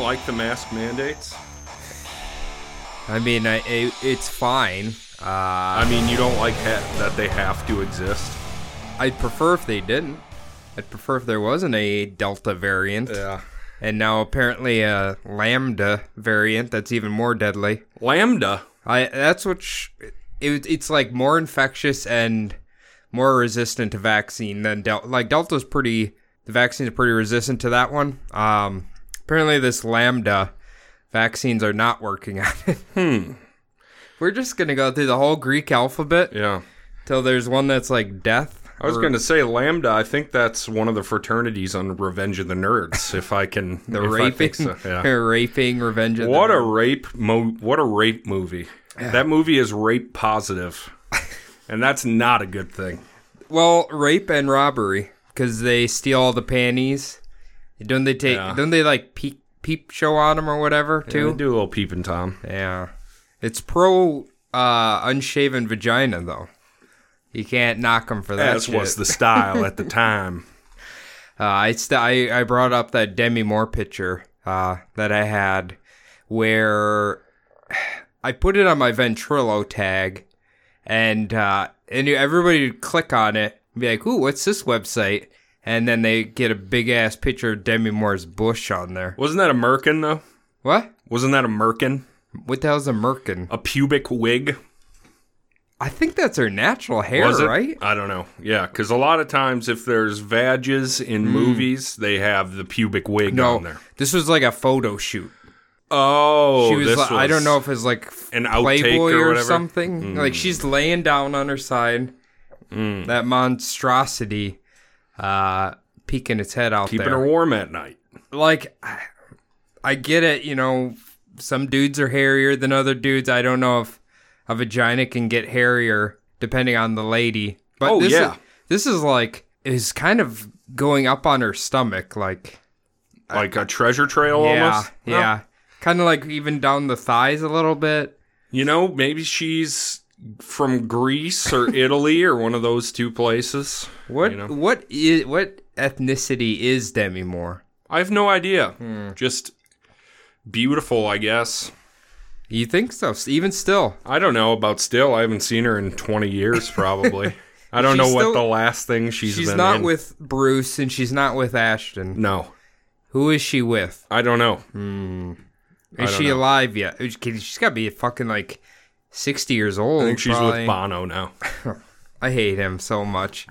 like the mask mandates? I mean, I, it, it's fine. Uh, I mean, you don't like ha- that they have to exist. I'd prefer if they didn't. I'd prefer if there wasn't a Delta variant. And now apparently a Lambda variant that's even more deadly. Lambda. I that's what sh- it, it's like more infectious and more resistant to vaccine than Delta. Like Delta's pretty, the vaccine's pretty resistant to that one. Um, apparently this Lambda vaccines are not working on it. Hmm. We're just gonna go through the whole Greek alphabet Yeah. till there's one that's like death. I was going to say Lambda. I think that's one of the fraternities on Revenge of the Nerds, if I can. the if I raping, think so, yeah. raping, revenge. Of the What a Nerds. rape! Mo- what a rape movie. That movie is rape positive, and that's not a good thing. well, rape and robbery because they steal all the panties. Don't they take? Yeah. Don't they like peep peep show on them or whatever Yeah, too? do a little peeping tom. Yeah, it's pro uh, unshaven vagina though. You can't knock them for that. As was shit. the style at the time. Uh, I, st- I I brought up that Demi Moore picture uh, that I had, where I put it on my Ventrilo tag, and uh, and everybody would click on it, and be like, "Ooh, what's this website?" And then they get a big ass picture of Demi Moore's bush on there. Wasn't that a merkin though? What? Wasn't that a merkin? What the hell's a merkin? A pubic wig? I think that's her natural hair, Was it? right? I don't know. Yeah, because a lot of times if there's vages in movies, they have the pubic wig on Hmm. No, there. this was like a photo shoot. Oh, she was, this like, I don't was- know if it's like f- an outtake Playboy or or, whatever? Mm. something. Like she's laying down on her side, that monstrosity, uh, peeking its head out keeping there. her warm at night. like, I- I get it. You know, some dudes are hairier than other dudes. I don't know if a vagina can get hairier depending on the lady. But Oh, this yeah. is, this is like is kind of going up on her stomach, like. Like a treasure trail Yeah, almost. No. yeah. Kind of like even down the thighs a little bit. You know, maybe she's from Greece or Italy or one of those two places. What you know? what is what ethnicity is Demi Moore? I have no idea. Hmm. Just beautiful, I guess. You think so? S- Even still, I don't know about still. I haven't seen her in 20 years, probably. I don't She's know what still- the last thing she's, she's been not in. with Bruce and she's not with Ashton. No, Who is she with? I don't know. Is don't she know. alive yet? Is- 'cause She's got to be fucking like sixty years old. I think she's probably. with Bono now. I hate him so much.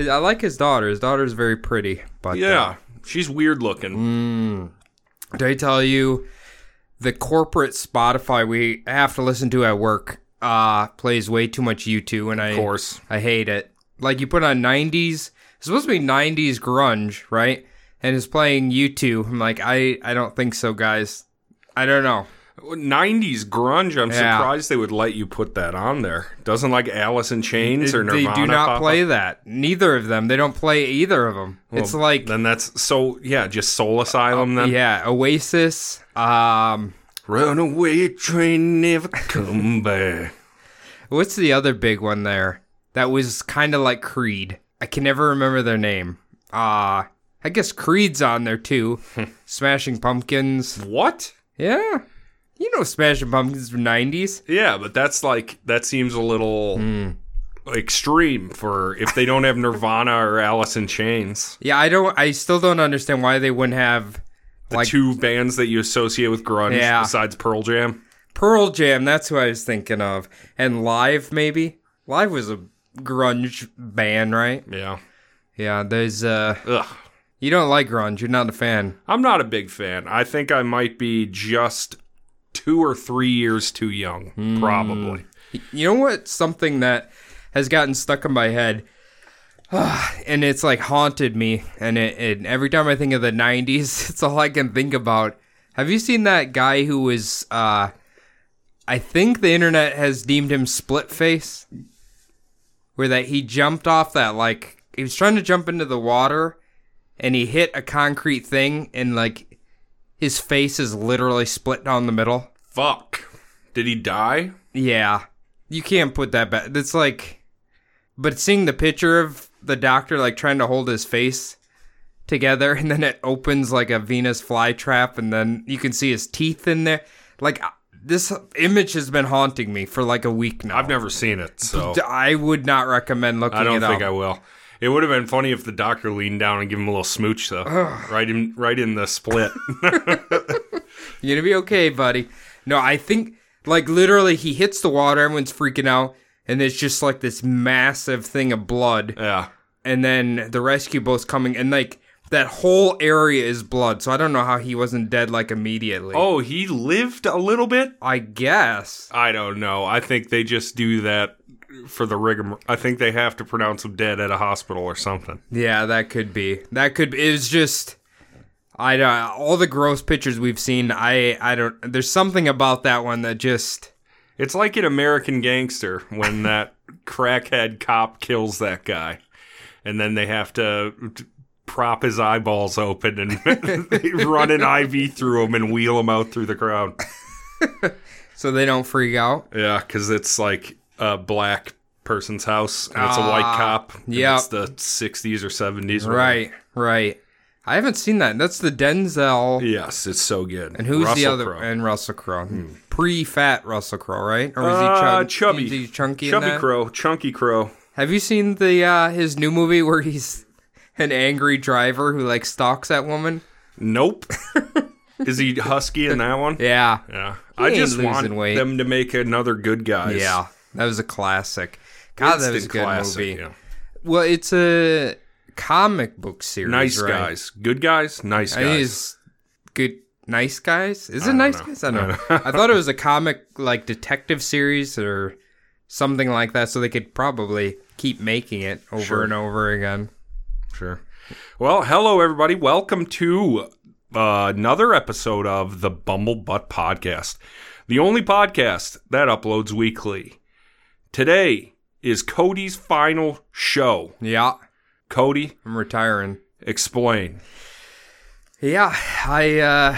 I like his daughter. His daughter's very pretty, but Yeah, she's weird Mm. looking. uh, did I tell you the corporate Spotify we have to listen to at work uh plays way too much U2 and I Of course. I hate it. Like you put on 90s, it's supposed to be 90s grunge, right? And it's playing U2. I'm like, I, I don't think so, guys. I don't know. 90s grunge. I'm Yeah. surprised they would let you put that on there. Doesn't like Alice in Chains or they Nirvana. do not pop up? play that. Neither of them. They don't play either of them. it's like, Then that's so yeah, just Soul Asylum. Then Uh, yeah, Oasis. Um, Runaway train never come back. what's the other big one there? That was kind of like Creed. I can never remember their name. Uh, I guess Creed's on there too. Smashing Pumpkins. What? Yeah. You know Smashing Pumpkins from 90s. Yeah, but that's like that seems a little Hmm. extreme for if they don't have Nirvana or Alice in Chains, Yeah, I don't I still don't understand why they wouldn't have the Like- two bands that you associate with grunge Yeah. besides Pearl Jam. Pearl Jam, that's who I was thinking of. And Live maybe. Live was a grunge band, right? Yeah. Yeah, there's uh Ugh. you don't like grunge, you're not a fan. I'm not a big fan. I think I might be just two or three years too young, Hmm. probably. You know what? Something that has gotten stuck in my head, and it's like haunted me. And it, and every time I think of the '90s, it's all I can think about. Have you seen that guy who was? Uh, I think the internet has deemed him split face, where that he jumped off that like he was trying to jump into the water, and he hit a concrete thing, and like his face is literally split down the middle. Fuck. Did he die? Yeah. You can't put that back. That's like but seeing the picture of the doctor like trying to hold his face together, and then it opens like a Venus flytrap, and then you can see his teeth in there. Like I- this image has been haunting me for like a week now. I've never seen it, so I would not recommend looking. I don't it think I up. will. It would have been funny if the doctor leaned down and gave him a little smooch though, right in right in the split. You're gonna be okay, buddy. No, I think like literally he hits the water, everyone's freaking out, and there's just like this massive thing of blood. yeah, and then the rescue boat's coming, and like that whole area is blood. So I don't know how he wasn't dead like immediately. Oh, he lived a little bit? I guess. I don't know. I think they just do that for the rigor. I think they have to pronounce him dead at a hospital or something. Yeah, that could be. That could. It was just. I don't. All the gross pictures we've seen. I. I don't. There's something about that one that just. It's like an American gangster when that crackhead cop kills that guy. And then they have to prop his eyeballs open and they run an IV through him and wheel him out through the crowd. So they don't freak out. Yeah, because it's like a black person's house and it's a white cop. and yeah. It's the 60s or 70s. whatever. Right. Right. I haven't seen that. That's the Denzel. Yes, it's so good. And who's the Russell other? Crowe. Hmm. And Russell Crowe. Pre-fat Russell Crowe, right? Or was he Uh, chub- chubby? Is he chunky? in Chubby that? Crow, Chunky Crow. Have you seen the uh, his new movie where he's an angry driver who like stalks that woman? Nope. Is he husky in that one? Yeah, Yeah. He I ain't just want losing weight. them to make another good guys. yeah, that was a classic. God, that was a Instant good classic, movie. yeah. Well, it's a comic book series. Nice right? guys, good guys, nice It guys. is good. Nice guys? Is it nice know. guys? I don't know. I thought it was a comic like detective series or something like that, so they could probably keep making it over Sure. and over again. Sure. Well, hello everybody. Welcome to uh, another episode of the Bumble Butt Podcast, the only podcast that uploads weekly. Today is Cody's final show. Yeah, Cody, I'm retiring. explain. Yeah, I, uh,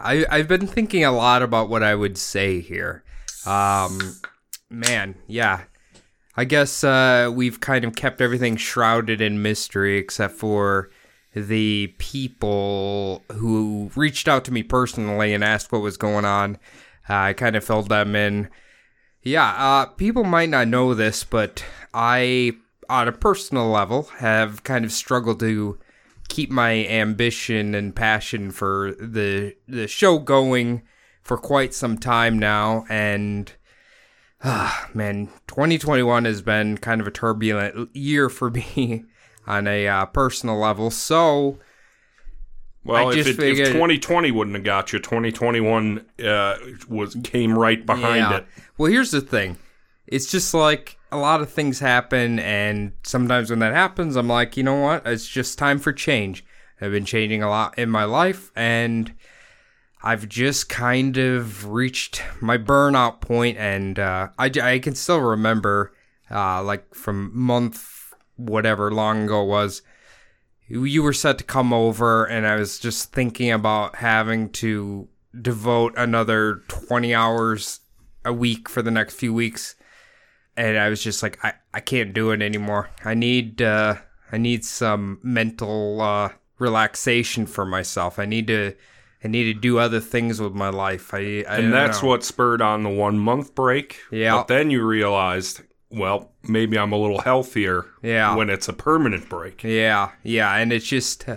I I've been thinking a lot about what I would say here. Um, man, yeah, I guess uh, we've kind of kept everything shrouded in mystery except for the people who reached out to me personally and asked what was going on. Uh, I kind of filled them in. Yeah, uh, people might not know this, but I, on a personal level, have kind of struggled to keep my ambition and passion for the the show going for quite some time now, and ah, man, 2021 has been kind of a turbulent year for me on a uh, personal level. So, Well, I if, just it, figured- if 2020 wouldn't have got you, 2021 uh, was came right behind it. Well, here's the thing. It's just like a lot of things happen, and sometimes when that happens, I'm like, you know what? It's just time for change. I've been changing a lot in my life, and I've just kind of reached my burnout point, and uh, I, I can still remember, uh, like from month whatever long ago it was, you were set to come over and i was just thinking about having to devote another 20 hours a week for the next few weeks and i was just like i, I can't do it anymore i need uh i need some mental uh relaxation for myself i need to i need to do other things with my life i, I And that's what spurred on the one month break. Yeah. But then you realized, well, maybe I'm a little healthier Yeah. when it's a permanent break. Yeah, yeah, and it's just uh,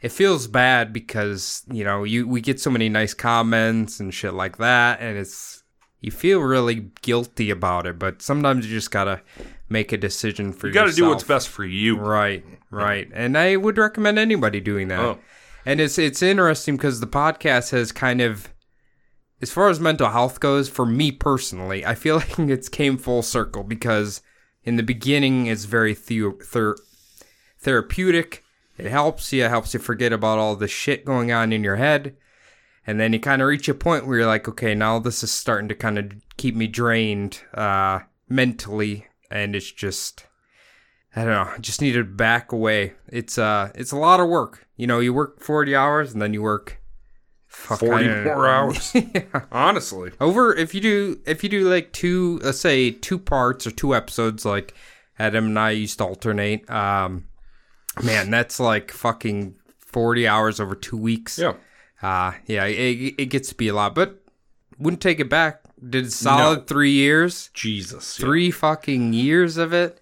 it feels bad because you know you we get so many nice comments and shit like that, and it's you feel really guilty about it. But sometimes you just gotta make a decision for You got yourself. to do what's best for you. Right, right, and I would recommend anybody doing that. Oh. And it's it's interesting because the podcast has kind of. As far as mental health goes, for me personally, I feel like it's came full circle because in the beginning it's very theo- ther- therapeutic. It helps you. It helps you forget about all the shit going on in your head. And then you kind of reach a point where you're like, okay, now this is starting to kind of keep me drained uh, mentally. And it's just, I don't know, I just need to back away. It's uh, it's a lot of work. You know, you work 40 hours and then you work fuck, I 40 don't know. more hours. Honestly. Over if you do if you do like two let's say two parts or two episodes like Adam and I used to alternate, um Man, that's like fucking 40 hours over two weeks. Yeah. Uh, yeah, it, it gets to be a lot, but wouldn't take it back. Did solid three years, Jesus. yeah. three fucking years of it.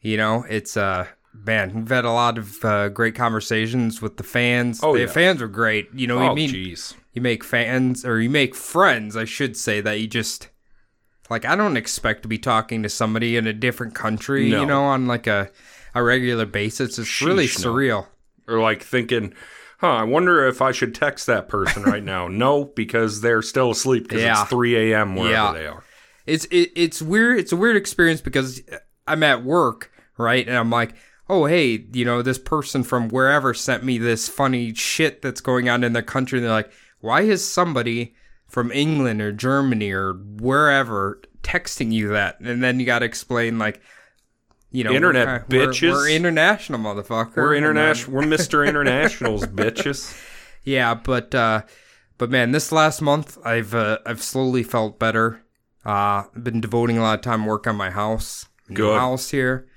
You know, it's uh, man, we've had a lot of uh, great conversations with the fans. Oh, the yeah. fans were great. You know, what I Oh, mean, jeez. you make fans or you make friends, I should say, that you just like I don't expect to be talking to somebody in a different country, No. you know, on like a a regular basis. It's really Sheesh, no. surreal. Or like thinking, huh, I wonder if I should text that person right now. no, because they're still asleep because Yeah. it's 3 a.m. wherever Yeah. they are. It's it, it's weird. It's a weird experience because I'm at work, right, and I'm like, oh hey, you know, this person from wherever sent me this funny shit that's going on in their country, and they're like, why is somebody from England or Germany or wherever texting you that? And then you got to explain like. You know, we're Internet kind- we're- bitches. We're, international, motherfucker. We're And then- international. We're Mr. Internationals, bitches. yeah, but uh, but man, this last month I've uh, I've slowly felt better. Uh, been devoting a lot of time work on my house, new Good. house here.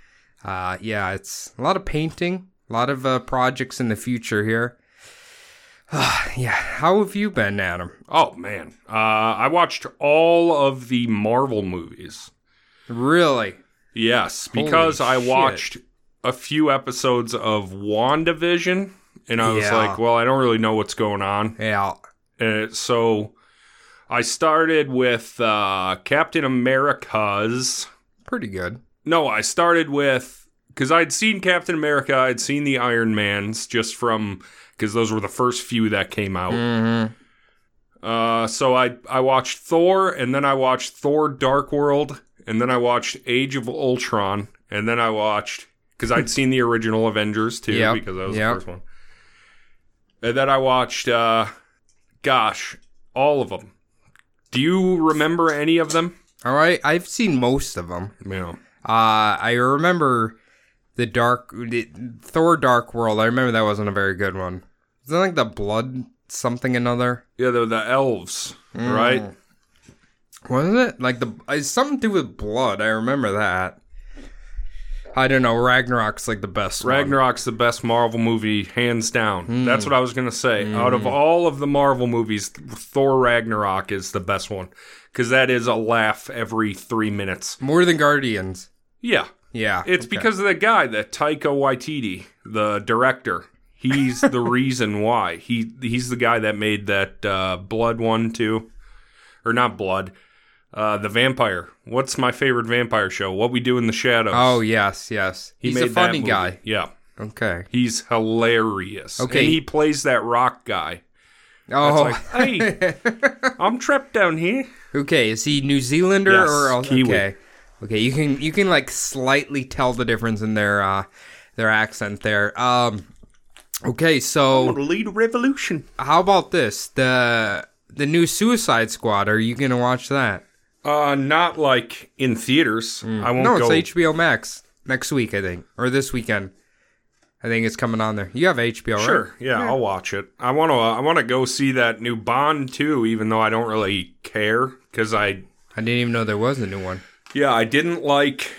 Uh, yeah, it's a lot of painting, a lot of uh, projects in the future here. yeah, how have you been, Adam? Oh, man. Uh, I watched all of the Marvel movies. Really? Yes, because Holy I shit. watched a few episodes of WandaVision and I was Yeah. like, well, I don't really know what's going on. Yeah. Uh, so I started with uh, Captain America's. Pretty good. No, I started with because I'd seen Captain America, I'd seen the Iron Man's just from because those were the first few that came out. hmm Uh, so I I watched Thor, and then I watched Thor: Dark World, and then I watched Age of Ultron, and then I watched because I'd seen the original Avengers too Yep, because that was yep. the first one, and then I watched, uh, gosh, all of them. Do you remember any of them? All right, I've seen most of them. No. Uh, I remember the dark the- Thor Dark World. I remember that wasn't a very good one. Is that like the blood something another? Yeah, they're the elves, right? Was it like the it's something to do with blood? I remember that. I don't know. Ragnarok's like the best. one. Ragnarok's the best Marvel movie, hands down. Hmm. That's what I was gonna say. Out of all of the Marvel movies, th- Thor Ragnarok is the best one because that is a laugh every three minutes. more than Guardians. Yeah, Yeah, it's okay. because of that guy, that Taika Waititi, the director. He's the reason why he he's the guy that made that uh, Blood one too, or not Blood, uh, the Vampire. What's my favorite vampire show? What We Do in the Shadows. oh yes, yes, He he's made a that funny movie. guy. Yeah. Okay. He's hilarious. Okay. And he plays that rock guy. It's Oh, like, hey, I'm trapped down here. okay. Is he New Zealander Yes, or Aus- Kiwi. okay? Okay, you can you can like slightly tell the difference in their uh, their accent there. Um, okay, so to lead a revolution. how about this the the new Suicide Squad? Are you gonna watch that? Uh, not like in theaters. I won't Mm. No, go. it's HBO Max next week, I think, or this weekend. I think it's coming on there. You have HBO, right? Sure, yeah, I'll watch it. I want to. I want to go see that new Bond too, even though I don't really care because I. I didn't even know there was a new one. Yeah, I didn't like.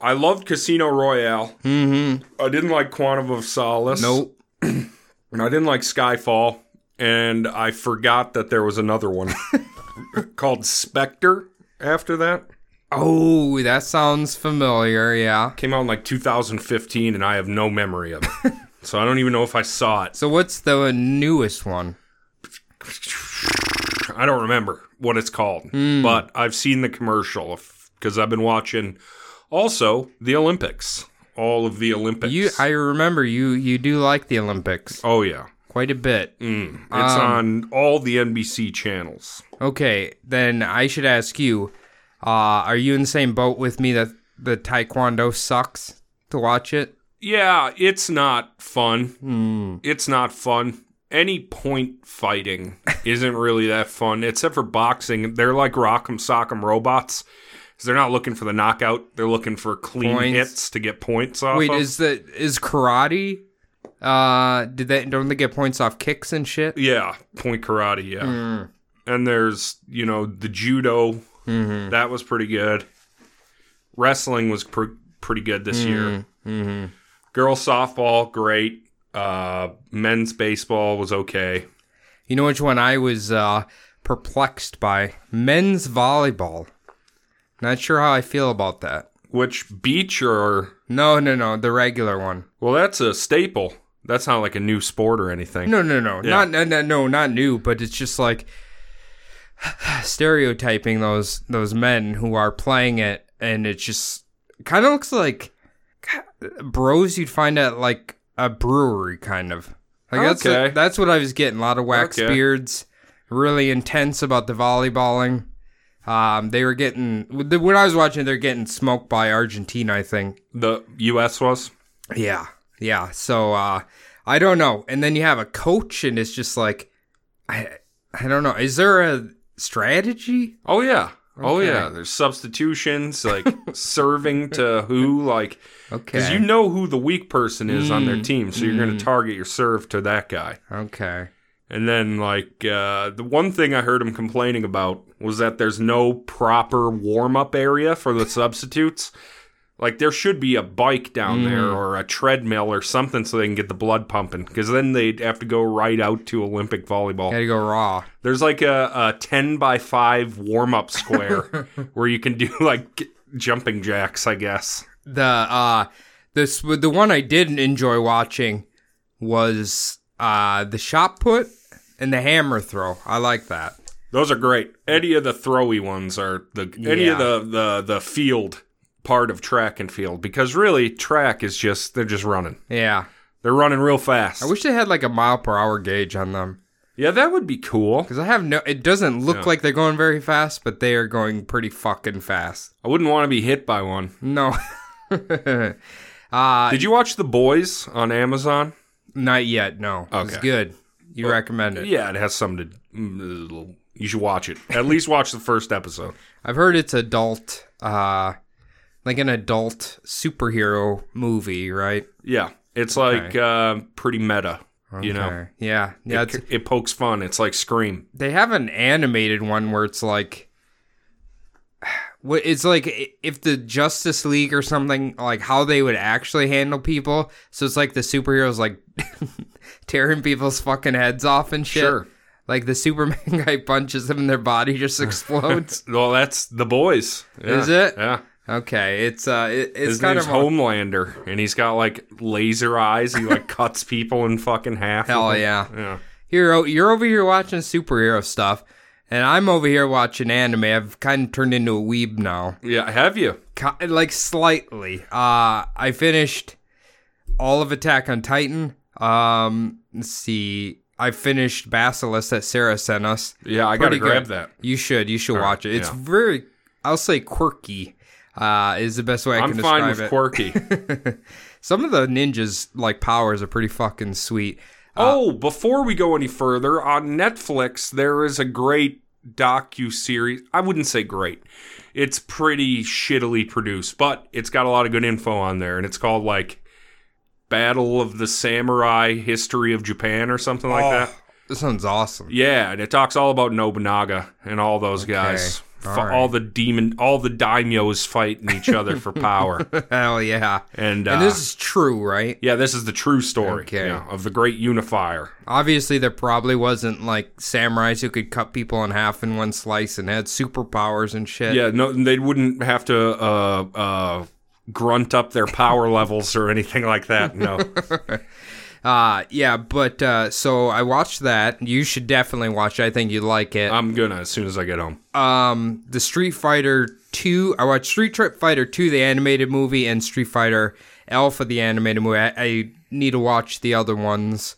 I loved Casino Royale. Mm-hmm. I didn't like Quantum of Solace. Nope. And I didn't like Skyfall, and I forgot that there was another one called Spectre after that. Oh, that sounds familiar. Yeah. Came out in like 2015, and I have no memory of it. so I don't even know if I saw it. So what's the newest one? I don't remember what it's called, Hmm. but I've seen the commercial because I've been watching also the Olympics, all of the Olympics. You, I remember you. You do like the Olympics oh, yeah. quite a bit. Mm. Um, It's on all the NBC channels. Okay, then I should ask you: uh, Are you in the same boat with me that the Taekwondo sucks to watch it? Yeah, it's not fun. Hmm. It's not fun. Any point fighting isn't really that fun, except for boxing. They're like rock'em sock'em robots. 'cause they're not looking for the knockout. They're looking for clean Points. hits to get points off. Wait, of. is the is karate? Uh, did they don't they get points off kicks and shit? yeah, point karate. Yeah, Hmm. and there's you know the judo. Mm-hmm. That Mm-hmm. was pretty good. Wrestling was pr- pretty good this year. Girls softball, great. Uh, men's baseball was okay. You know which one I was uh, perplexed by? Men's volleyball. Not sure how I feel about that. Which beach or No, no, no, the regular one. well, that's a staple. That's not like a new sport or anything. No, no, no, Yeah. not no, no, no, not new, but it's just like stereotyping those those men who are playing it, and it just kind of looks like bros you'd find at like a brewery, kind of. Like that's Okay. that's what I was getting. A lot of wax Okay. beards, really intense about the volleyballing. Um, they were getting when I was watching, they're getting smoked by Argentina, I think. The U.S. was. Yeah. Yeah. So uh I don't know. And then you have a coach and it's just like I I don't know. Is there a strategy? Oh yeah. Oh Okay. yeah. There's substitutions like serving to who like because Okay. you know who the weak person is on their Mm, team, so you're going mm. to target your serve to that guy. okay. And then, like, uh, the one thing I heard him complaining about was that there's no proper warm up area for the substitutes. Like, there should be a bike down there or a treadmill or something so they can get the blood pumping. Because then they'd have to go right out to Olympic volleyball. Gotta go raw. There's like a, a 10 by 5 warm up square where you can do like g- jumping jacks, I guess. The uh this the one I didn't enjoy watching was uh the shot put and the hammer throw. I like that. Those are great. Any of the throwy ones are the any Yeah. of the, the the field part of track and field because really track is just they're just running. Yeah. They're running real fast. I wish they had like a mile per hour gauge on them. yeah, that would be cool. Because I have no, it doesn't look Yeah. like they're going very fast, but they are going pretty fucking fast. I wouldn't want to be hit by one. No. uh Did you watch The Boys on Amazon? not yet, no. It's Okay. good. You recommend it. Yeah, it has something to. mm, You should watch it. At least watch the first episode. I've heard it's adult uh like an adult superhero movie, right? Yeah, it's like uh, pretty meta. You know, Okay. Yeah. Yeah. it, It's, it pokes fun. It's like Scream. they have an animated one where it's like what it's like i- if the Justice League or something like how they would actually handle people. So it's like the superheroes like tearing people's fucking heads off and shit. Sure. Like the Superman guy punches them and their body just explodes. Well, that's The Boys. Yeah, Is it? Yeah. Okay, it's uh, it, it's His kind name's of a- Homelander, and he's got like laser eyes. He like cuts people in fucking half. hell yeah. Yeah. Hero, you're over here watching superhero stuff, and I'm over here watching anime. I've kind of turned into a weeb now, Yeah. Have you? Ki like slightly. Uh, I finished all of Attack on Titan. Um, let's see, I finished Basilisk that Sarah sent us. Yeah, I Pretty gotta grab good. that. You should, you should watch it. It's yeah. very, I'll say quirky. Uh, is the best way I I'm can fine describe with it. Uh, quirky. Some of the ninjas like powers are pretty fucking sweet. oh, before we go any further, on Netflix there is a great docu series. I wouldn't say great. It's pretty shittily produced, but it's got a lot of good info on there, and it's called like Battle of the Samurai History of Japan or something Oh, like that. This sounds awesome. Yeah, and it talks all about Nobunaga and all those guys. all F- all, right. the demon, all the daimyos fighting each other for power. Hell yeah. And, uh, And this is true, right? yeah, this is the true story Okay. yeah, of the great unifier. Obviously, there probably wasn't like samurais who could cut people in half in one slice and had superpowers and shit. Yeah, no, they wouldn't have to uh, uh, grunt up their power levels or anything like that. No, Uh, yeah, but uh, so I watched that. You should definitely watch it. I think you'd like it. I'm gonna as soon as I get home. um, the Street Fighter 2, I watched Street Trip Fighter 2, the animated movie, and Street Fighter Alpha, the animated movie. I, I need to watch the other ones.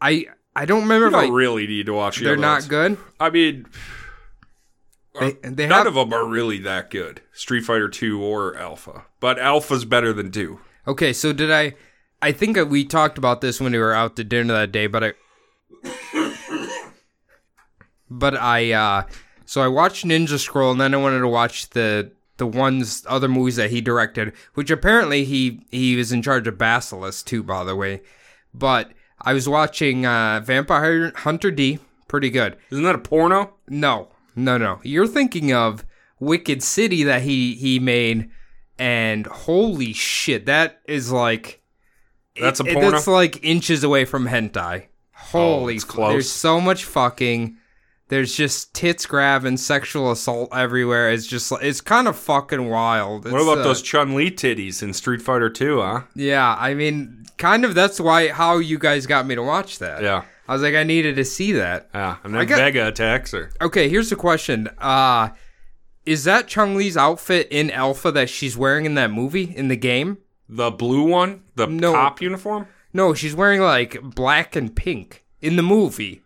I I don't remember I if I, don't really need to watch. the they're other not ones. Uh, good. I mean, They, they none have, of them are really that good. Street Fighter Two or Alpha, but Alpha's better than Two. Okay, so did I? I think that we talked about this when we were out to dinner that day, but I, but I, uh, so I watched Ninja Scroll, and then I wanted to watch the the ones other movies that he directed, which apparently he he was in charge of Basilisk too, by the way. But I was watching uh, Vampire Hunter D, pretty good. Isn't that a porno? No, no, no. You're thinking of Wicked City that he he made, and holy shit, that is like That's a it- porno? That's like inches away from hentai. Holy, it's f- close. There's so much fucking. There's just tits grab and sexual assault everywhere. It's just like- it's kind of fucking wild. What It's, about uh, those Chun Li titties in Street Fighter 2, huh? Yeah, I mean, kind of. That's why how you guys got me to watch that. Yeah. I was like, I needed to see that. Yeah. And then I got- Vega attacks her. Okay, here's the question. Uh is that Chung Lee's outfit in Alpha that she's wearing in that movie in the game? The blue one, the No. cop uniform? No, she's wearing like black and pink in the movie.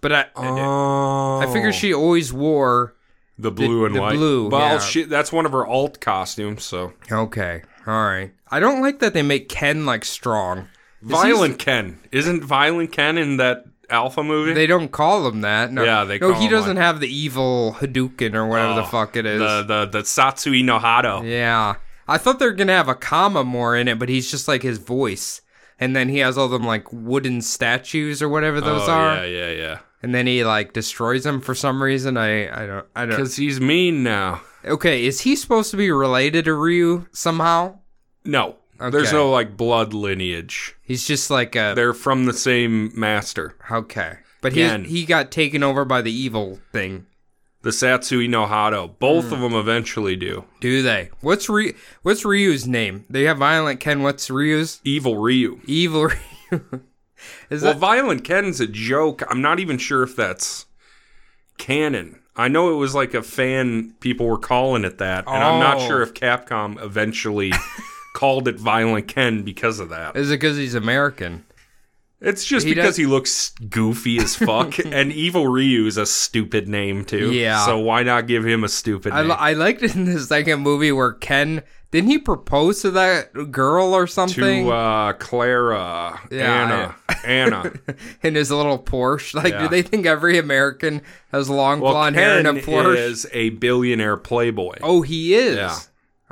But I Oh. I figure she always wore The blue and the white. blue, Well, yeah. she, that's one of her alt costumes, so. Okay. All right. I don't like that they make Ken like strong. Violent Ken. Isn't Violent Ken in that Alpha movie? They don't call him that. No. Yeah, they No, call he him, doesn't have the evil Hadouken or whatever the Oh, fuck it is. the, the, the Satsui no Hado. Yeah. I thought they were going to have a comma more in it, but he's just like his voice. And then he has all them like wooden statues or whatever those Oh, are. yeah, yeah, yeah. And then he like destroys them for some reason. I I don't I don't Because he's mean now. Okay, is he supposed to be related to Ryu somehow? No. Okay. There's no, like, blood lineage. He's just like a They're from the same master. okay. But he Ken. he got taken over by the evil thing. The Satsui no Hado. Both Hmm. of them eventually do. Do they? What's Ryu what's Ryu's name? They have Violent Ken, what's Ryu's? Evil Ryu. Evil Ryu. Is Well, that Violent Ken's a joke. I'm not even sure if that's canon. I know it was like a fan, people were calling it that. And I'm not Oh. sure if Capcom eventually called it Violent Ken because of that. is it cuz he's American? It's just He because does- he looks goofy as fuck. and Evil Ryu is a stupid name, too. Yeah. So why not give him a stupid I, name? li- I liked it in the second movie where Ken didn't he propose to that girl or something to uh, Clara, Yeah, Anna, Anna. in his little Porsche. Like, do Yeah. they think every American has long blonde hair and a Porsche? is a billionaire playboy. oh, he is. Yeah.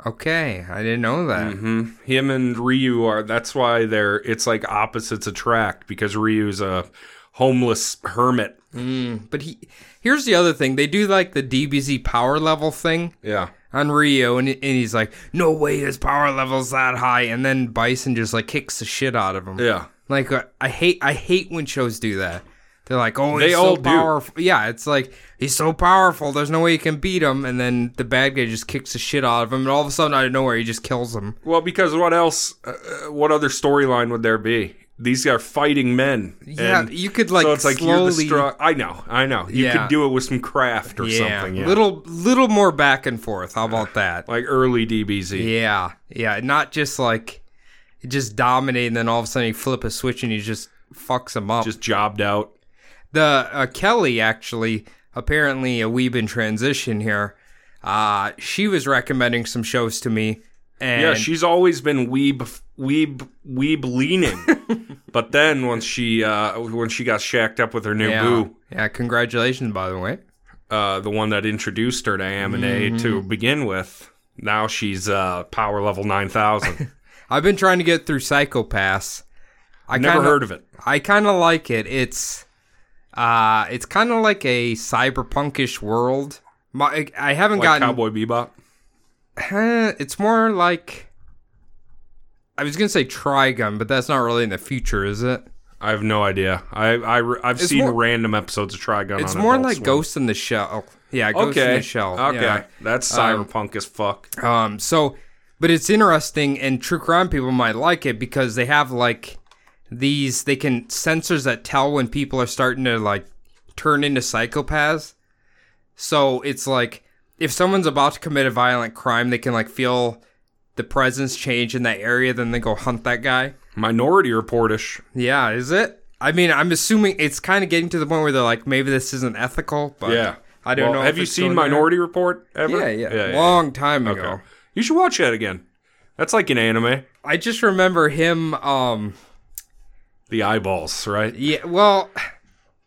Okay, I didn't know that. hmm Him and Ryu are. That's why they're. It's like opposites attract because Ryu's a homeless hermit. But he here's the other thing: they do like the DBZ power level thing Yeah. on Rio, and, and he's like, "No way, his power level's that high," and then Bison just like kicks the shit out of him. Yeah. Like uh, I hate I hate when shows do that. They're like, oh, They he's all so do. powerful. Yeah, it's like he's so powerful. There's no way you can beat him. And then the bad guy just kicks the shit out of him, and all of a sudden, out of nowhere, he just kills him. Well, because what else? Uh, uh, what other storyline would there be? These are fighting men. Yeah, and you could like so it's like slowly, you're the strong. I know, I know. You Yeah. could do it with some craft or yeah, something. Yeah. little little more back and forth. How about that? like early DBZ. Yeah, yeah, not just like just dominate, and then all of a sudden, you flip a switch and he just fucks him up. Just jobbed out. the uh, Kelly actually apparently a weeb in transition here. Uh, she was recommending some shows to me, and Yeah, she's always been weeb weeb weeb leaning. but then once she uh when she got shacked up with her new yeah, boo, yeah, congratulations by the way. uh the one that introduced her to Am and Mm-hmm. A to begin with, now she's uh power level 9000. I've been trying to get through Psychopass. I Never kinda, heard of it. I kind of like it. It's uh, it's kind of like a cyberpunkish world. My, I haven't Like gotten Cowboy Bebop. Uh, it's more like I was gonna say Trigun, but that's not really in the future, is it? I have no idea. I I have seen more- random episodes of Trigun It's on more Adult like Swim. Ghost in the Shell. Oh, Yeah, Ghost in Okay. the Shell. Okay. yeah. That's cyberpunk as fuck. Um. So, but it's interesting, and true crime people might like it because they have like these. They can sensors that tell when people are starting to like turn into psychopaths. So it's like if someone's about to commit a violent crime, they can like feel the presence change in that area. Then they go hunt that guy. Minority Reportish. Yeah, is it? I mean, I'm assuming it's kind of getting to the point where they're like, maybe this isn't ethical, but Yeah. I don't Well, know. if Have you it's seen going there. Minority Report ever? Yeah, yeah, long time ago. Okay. You should watch that again. That's like an anime. I just remember him. Um, The eyeballs, right? yeah, well,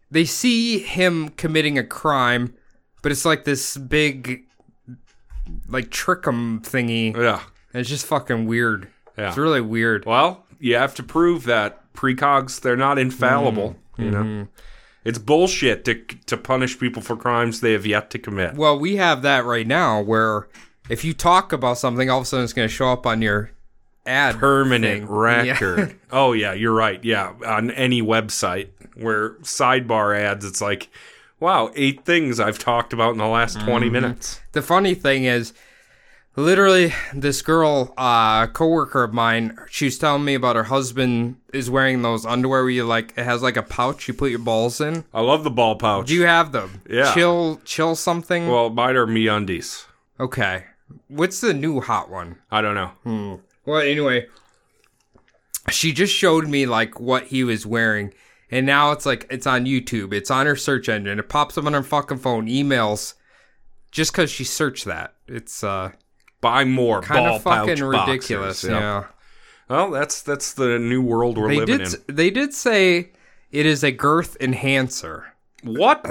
they see him committing a crime, but it's like this big, like trick 'em thingy. And Yeah. it's just fucking weird. Yeah. It's really weird. Well, you have to prove that precogs they're not infallible, Mm-hmm. you know. It's bullshit to to punish people for crimes they have yet to commit. Well, we have that right now where if you talk about something, all of a sudden it's going to show up on your ad permanent thing. record. Oh yeah, you're right. Yeah, on any website where sidebar ads, it's like, wow, eight things I've talked about in the last Mm-hmm. 20 minutes. The funny thing is, literally, this girl, uh, coworker of mine, she was telling me about her husband is wearing those underwear where you like it has like a pouch you put your balls in. I love the ball pouch. Do you have them? Yeah. Chill, chill something. well, mine are me undies. okay. What's the new hot one? I don't know. Well, anyway, she just showed me like what he was wearing, and now it's like it's on YouTube. It's on her search engine. It pops up on her fucking phone, emails, just because she searched that. It's uh Buy more kind ball of fucking pouch boxers. ridiculous. yeah. Well, that's that's the new world we're They living did. s- They did say it is a girth enhancer in. What?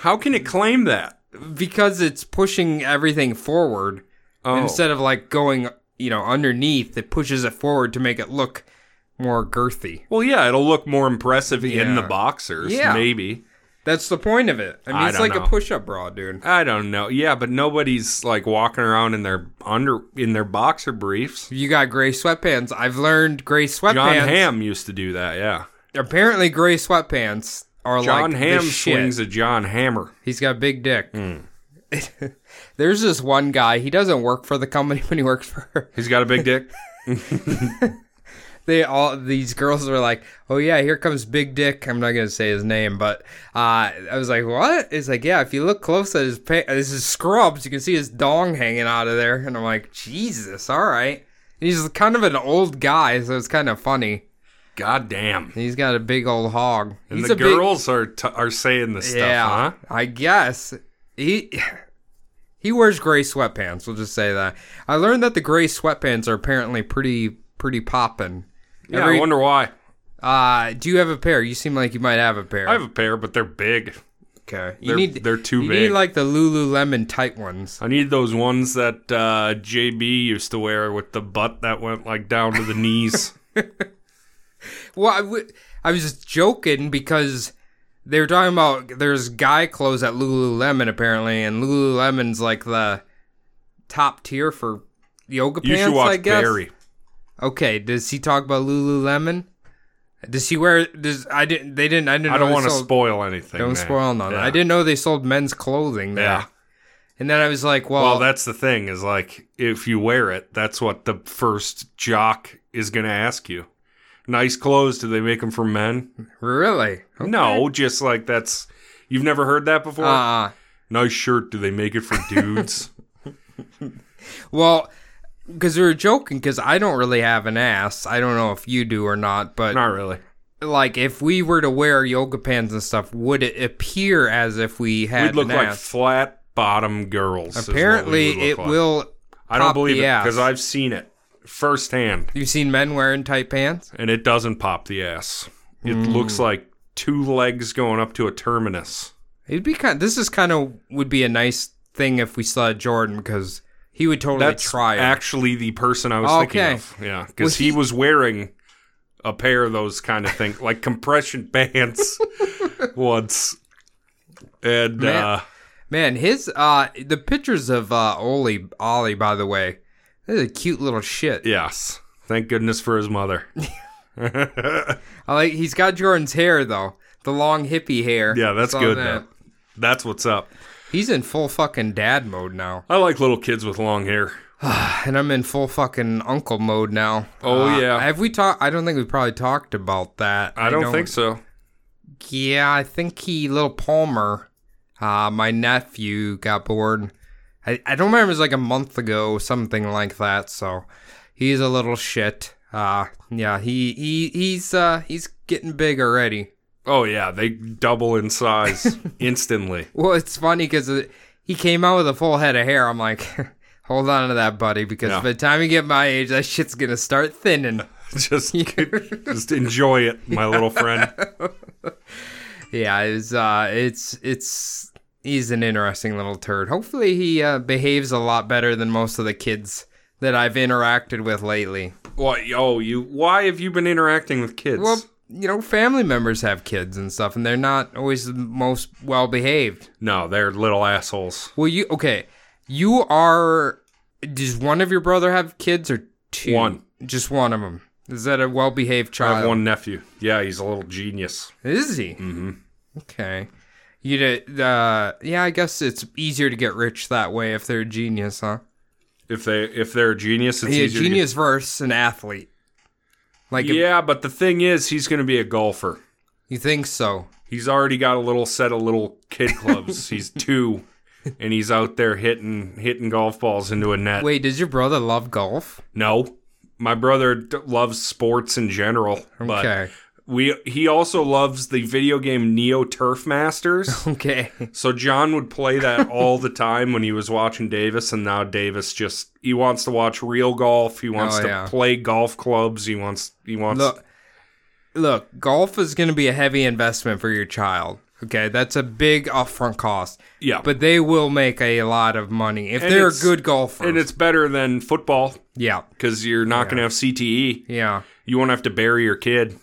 How can it claim that? because it's pushing everything forward Oh, instead of like going, you know, underneath. It pushes it forward to make it look more girthy. well, yeah, it'll look more impressive in Yeah. the boxers, Yeah. maybe. That's the point of it. I mean, I it's don't like know. a push-up bra, dude. I don't know. Yeah, but nobody's like walking around in their under in their boxer briefs. You got gray sweatpants. I've learned gray sweatpants. John Hamm used to do that. Yeah, Apparently, gray sweatpants are John like Hamm the shit. swings Hmm. a John Hammer. He's got a big dick. There's this one guy. He doesn't work for the company, but he works for He's got a big dick. they all these girls were like, "Oh yeah, here comes Big Dick." I'm not gonna say his name, but uh, I was like, "What?" It's like, "Yeah, if you look close at his pa- at his scrubs, you can see his dong hanging out of there." And I'm like, "Jesus, all right." And he's kind of an old guy, so it's kind of funny. God damn. He's got a big old hog. And he's the a girls are t- are saying this big, stuff, yeah, huh? I guess he. He wears gray sweatpants. We'll just say that. I learned that the gray sweatpants are apparently pretty pretty poppin'. Yeah, I Every- wonder why. Uh, do you have a pair? You seem like you might have a pair. I have a pair, but they're big. okay. You They're, need they're too you big. need like the Lululemon tight ones. I need those ones that uh, JB used to wear with the butt that went like down to the knees. Well, I w- I was just joking because they were talking about there's guy clothes at Lululemon apparently, and Lululemon's like the top tier for yoga You pants. should I watch guess. Barry. Okay, does he talk about Lululemon? Does he wear? Does I didn't? They didn't. I didn't. I know don't they want to sold- spoil anything. Don't man. spoil none. Yeah. I didn't know they sold men's clothing there. Yeah. And then I was like, well, Well, that's the thing is like if you wear it, that's what the first jock is going to ask you. Nice clothes. Do they make them for men? really? No, just like that's. You've never heard that before. Uh, nice shirt. Do they make it for dudes? Well, because we were joking, because I don't really have an ass. I don't know if you do or not, but Not really. like if we were to wear yoga pants and stuff, would it appear as if we We'd had look an like ass? flat bottom girls. is what we Apparently, would look it like. will. I don't pop believe it the ass. because I've seen it firsthand, You've seen men wearing tight pants. and it doesn't pop the ass. It Hmm. looks like two legs going up to a terminus. It'd be kind. This is kind of would be a nice thing if we saw Jordan because he would totally That's try it. actually the person I was Okay. thinking of. Yeah, Well, because he, he- was wearing a pair of those kind of things, like compression pants once. And Man. uh, Man, his uh, the pictures of uh, Oli Ollie, by the way, this is a cute little shit. yes, thank goodness for his mother. yeah, I like he's got Jordan's hair though, the long hippie hair. that's Saw good. that. though. That's what's up. He's in full fucking dad mode now, I like little kids with long hair. and I'm in full fucking uncle mode now. Oh, Uh, yeah. have we talked? I don't think we probably talked about that. I, don't, think so. Yeah, I think he little Palmer, uh, my nephew got bored. I, I don't remember. It was like a month ago, something like that. So he's a little shit. Uh, yeah, he he he's uh he's getting big already. Oh yeah, they double in size instantly. Well, it's funny because he came out with a full head of hair. I'm like, hold on to that, buddy, because Yeah. by the time you get my age, that shit's gonna start thinning. just, just enjoy it, my little friend. yeah, it's uh, it's it's he's an interesting little turd. Hopefully, he uh, behaves a lot better than most of the kids that I've interacted with lately. Why? Oh, you. Why have you been interacting with kids? Well, you know, family members have kids and stuff, and they're not always the most well behaved. no, they're little assholes. Well, you okay? You are Does one of your brother have kids or two? One. Just one of them. Is that a well-behaved I child? have one nephew. Yeah, he's a little genius. Is he? Mm-hmm. Okay. You did, uh, yeah, I guess it's easier to get rich that way if they're a genius, huh? If they if they're a genius, it's Yeah, easier to get- genius versus an athlete. Like, if yeah, but the thing is, he's going to be a golfer. you think so? He's already got a little set of little kid clubs. he's two, and he's out there hitting hitting golf balls into a net. Wait, does your brother love golf? No, my brother d- loves sports in general. But Okay. we he also loves the video game Neo Turf Masters. Okay. so John would play that all the time when he was watching Davis, and now Davis just he wants to watch real golf. He wants Oh, to yeah. play golf clubs. He wants he wants. Look, look, golf is going to be a heavy investment for your child. Okay, that's a big upfront cost. Yeah. But they will make a lot of money if And they're it's- good golfers. and it's better than football yeah, because you're not going to have CTE. yeah. You won't have to bury your kid.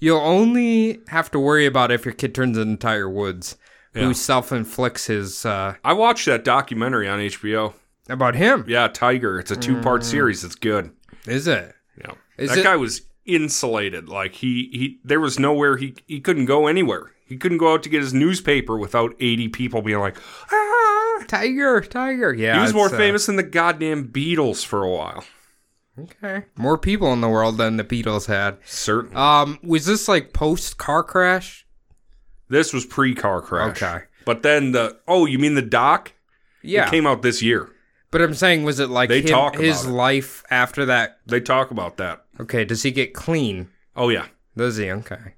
You'll only have to worry about if your kid turns into Tiger Woods, Yeah. who self inflicts his uh, I watched that documentary on HBO. about him. Yeah, Tiger. It's a two Mm. part series. It's good. Is it? Yeah. Is that it- guy was insulated. Like he he there was nowhere he he couldn't go anywhere. He couldn't go out to get his newspaper without 80 people being like, "Ah!" Tiger, Tiger. Yeah, He was it's, more uh, famous than the goddamn Beatles for a while. Okay, more people in the world than the Beatles had. Certainly. Um, was this like post car crash? this was pre-car crash. Okay. But then the Oh, you mean the doc? Yeah, It came out this year. but I'm saying, was it like They him- talk about his it. life after that? They talk about that. Okay, does he get clean? Oh yeah. Does he? Okay,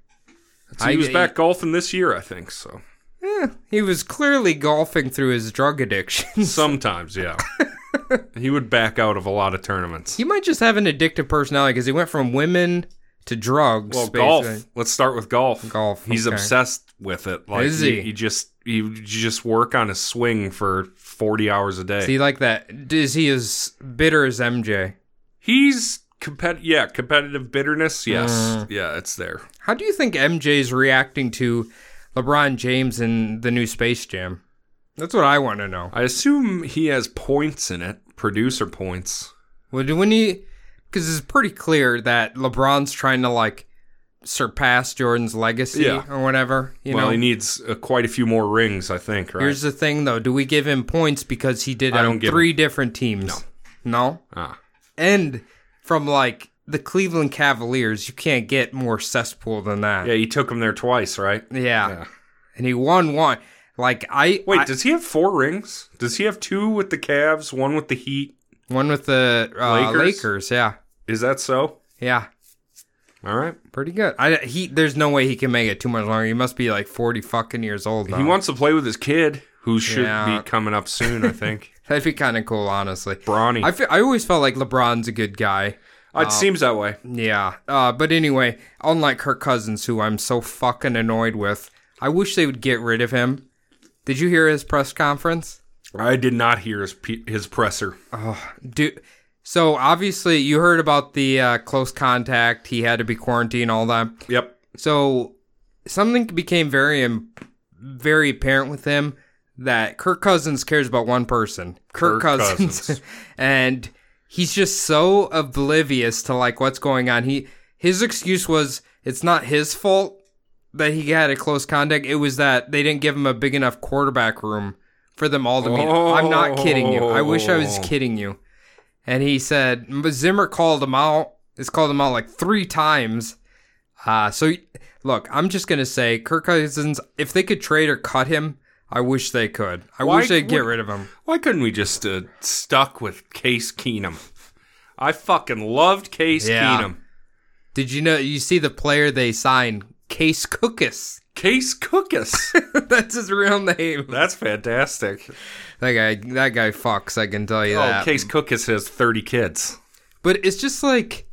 So he I- was back golfing this year, I think. So Eh, he was clearly golfing through his drug addiction. sometimes, yeah, he would back out of a lot of tournaments. he might just have an addictive personality because he went from women to drugs. Well, basically. golf. Let's start with golf. Golf, He's okay. obsessed with it. Like Is he? He just he would just work on his swing for forty hours a day. Is he like that? Is he as bitter as MJ? He's compet. Yeah, competitive bitterness. Yes. Mm. Yeah, it's there. How do you think MJ's reacting to LeBron James in the new Space Jam? That's what I want to know. I assume he has points in it, producer points. Well, do- when he, because it's pretty clear that LeBron's trying to like surpass Jordan's legacy Yeah. or whatever. You well, know, he needs uh, quite a few more rings, I think. Right? here's the thing though: do we give him points because he did it I don't on give three different teams? No. no, ah. and from like the Cleveland Cavaliers, you can't get more cesspool than that. Yeah, he took him there twice, right? Yeah, Yeah. and he won one. Like I Wait, I- does he have four rings? Does he have two with the Cavs, one with the Heat? One with the uh, Lakers? Lakers? yeah, Is that so? yeah, All right. pretty good. I he, there's no way he can make it too much longer. He must be like forty fucking years old now. He wants to play with his kid, who should Uh, Yeah. be coming up soon, I think. That'd be kind of cool, honestly. Bronny. I fe- I always felt like LeBron's a good guy. it seems that way. Yeah, uh, but anyway, unlike Kirk Cousins, who I'm so fucking annoyed with, I wish they would get rid of him. Did you hear his press conference? I did not hear his pe- his presser. Do so. Obviously, you heard about the uh, close contact. He had to be quarantined, all that. Yep. So something became very im- very apparent with him that Kirk Cousins cares about one person, Kirk, Kirk Cousins, Cousins. and he's just so oblivious to like what's going on. He his excuse was it's not his fault that he had a close contact. It was that they didn't give him a big enough quarterback room for them all to meet. I'm not kidding you. I wish I was Oh. kidding you. And he said Zimmer called him out. It's called him out like three times. Uh, so look, I'm just gonna say Kirk Cousins. If they could trade or cut him, I wish they could. I Why wish they'd get would- rid of him. Why couldn't we just uh, stuck with Case Keenum? I fucking loved Case Yeah. Keenum. Did you know? You see the player they signed, Case Cookus. Case Cookus. That's his real name. That's fantastic. That guy, that guy fucks. I can tell you Oh, that. Case Cookus has 30 kids. But it's just like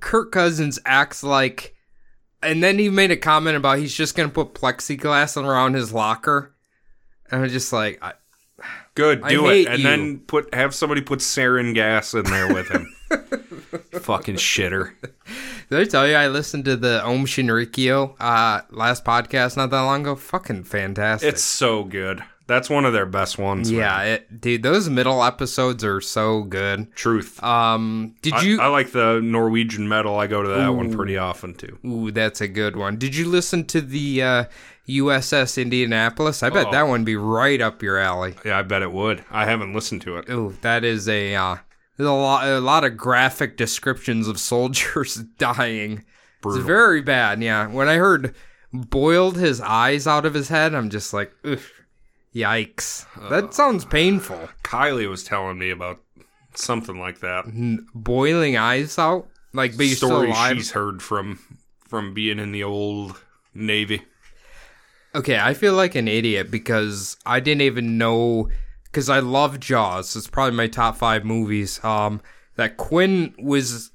Kirk Cousins acts like, and then he made a comment about he's just gonna put plexiglass around his locker, and I'm just like, I, Good, I do hate it, and you. then put have somebody put sarin gas in there with him. Fucking shitter. did I tell you I listened to the Om Shinrikyo uh, last podcast not that long ago? Fucking fantastic! It's so good. That's one of their best ones. man. Yeah, it, dude, those middle episodes are so good. Truth. Um, did I- you? I, like the Norwegian metal. I go to that one pretty often too. ooh, that's a good one. Did you listen to the uh, USS Indianapolis? I bet Oh. that one be right up your alley. Yeah, I bet it would. I haven't listened to it. Ooh, that is a uh, there's a lot a lot of graphic descriptions of soldiers dying. Brutal. It's very bad. Yeah, when I heard boiled his eyes out of his head, I'm just like, Ugh, yikes. That sounds painful. Kylie was telling me about something like that. N- Boiling eyes out, like but you're still Story alive. she's heard from from being in the old navy. Okay, I feel like an idiot because I didn't even know because I love Jaws. It's probably my top five movies. Um, that Quinn was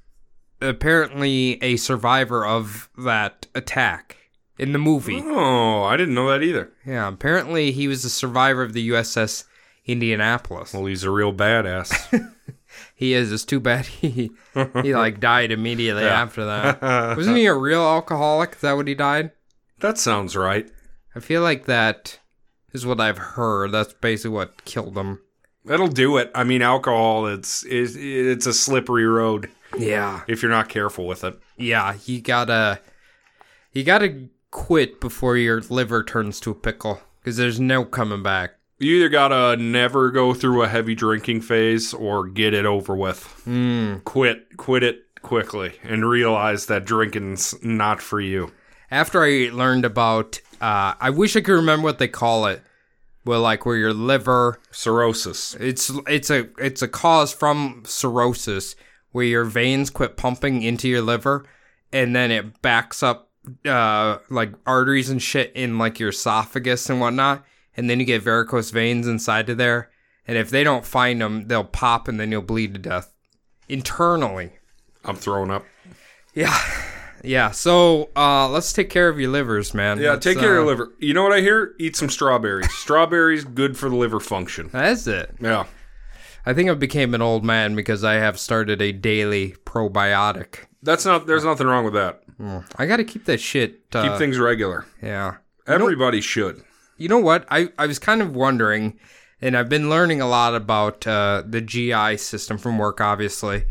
apparently a survivor of that attack in the movie. Oh, I didn't know that either. Yeah, apparently he was a survivor of the USS Indianapolis. Well, he's a real badass. He is. It's too bad he he like died immediately Yeah. after that. Wasn't he a real alcoholic? Is that what he died? that sounds right. I feel like that is what I've heard. That's basically what killed him. That'll do it. I mean, alcohol it's it's, it's a slippery road Yeah. if you're not careful with it. Yeah, you gotta you gotta quit before your liver turns to a pickle because there's no coming back. You either gotta never go through a heavy drinking phase or get it over with. Mm. Quit, quit it quickly, and realize that drinking's not for you. After I learned about, uh, I wish I could remember what they call it. Well, like where your liver, Cirrhosis. it's it's a it's a cause from cirrhosis where your veins quit pumping into your liver, and then it backs up uh, like arteries and shit in like your esophagus and whatnot, and then you get varicose veins inside of there, and if they don't find them, they'll pop and then you'll bleed to death internally. I'm throwing up. Yeah, yeah. So uh, let's take care of your livers, man. Yeah, Let's, take care of your uh, liver. You know what I hear? Eat some strawberries. strawberries good for the liver function. That's it. Yeah. I think I became an old man because I have started a daily probiotic. That's not there's nothing wrong with that. I gotta keep that shit. Uh, Keep things regular. yeah. Everybody should. You know what? I, I was kind of wondering, and I've been learning a lot about uh, the GI system from work, obviously.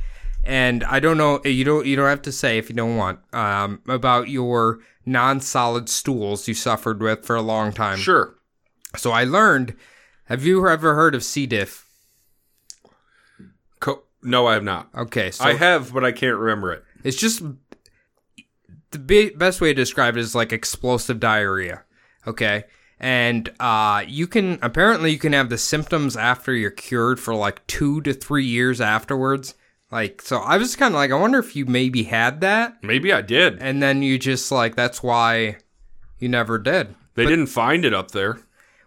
And I don't know. You don't. You don't have to say if you don't want. Um, about your non-solid stools you suffered with for a long time. Sure. So I learned. Have you ever heard of C. diff? Co- no, I have not. Okay, so I have, but I can't remember it. It's just the be- best way to describe it is like explosive diarrhea. Okay. And uh, you can apparently you can have the symptoms after you're cured for like two to three years afterwards. Like so, I was kind of like, I wonder if you maybe had that, Maybe I did. and then you just like that's why you never did. They didn't find it up there.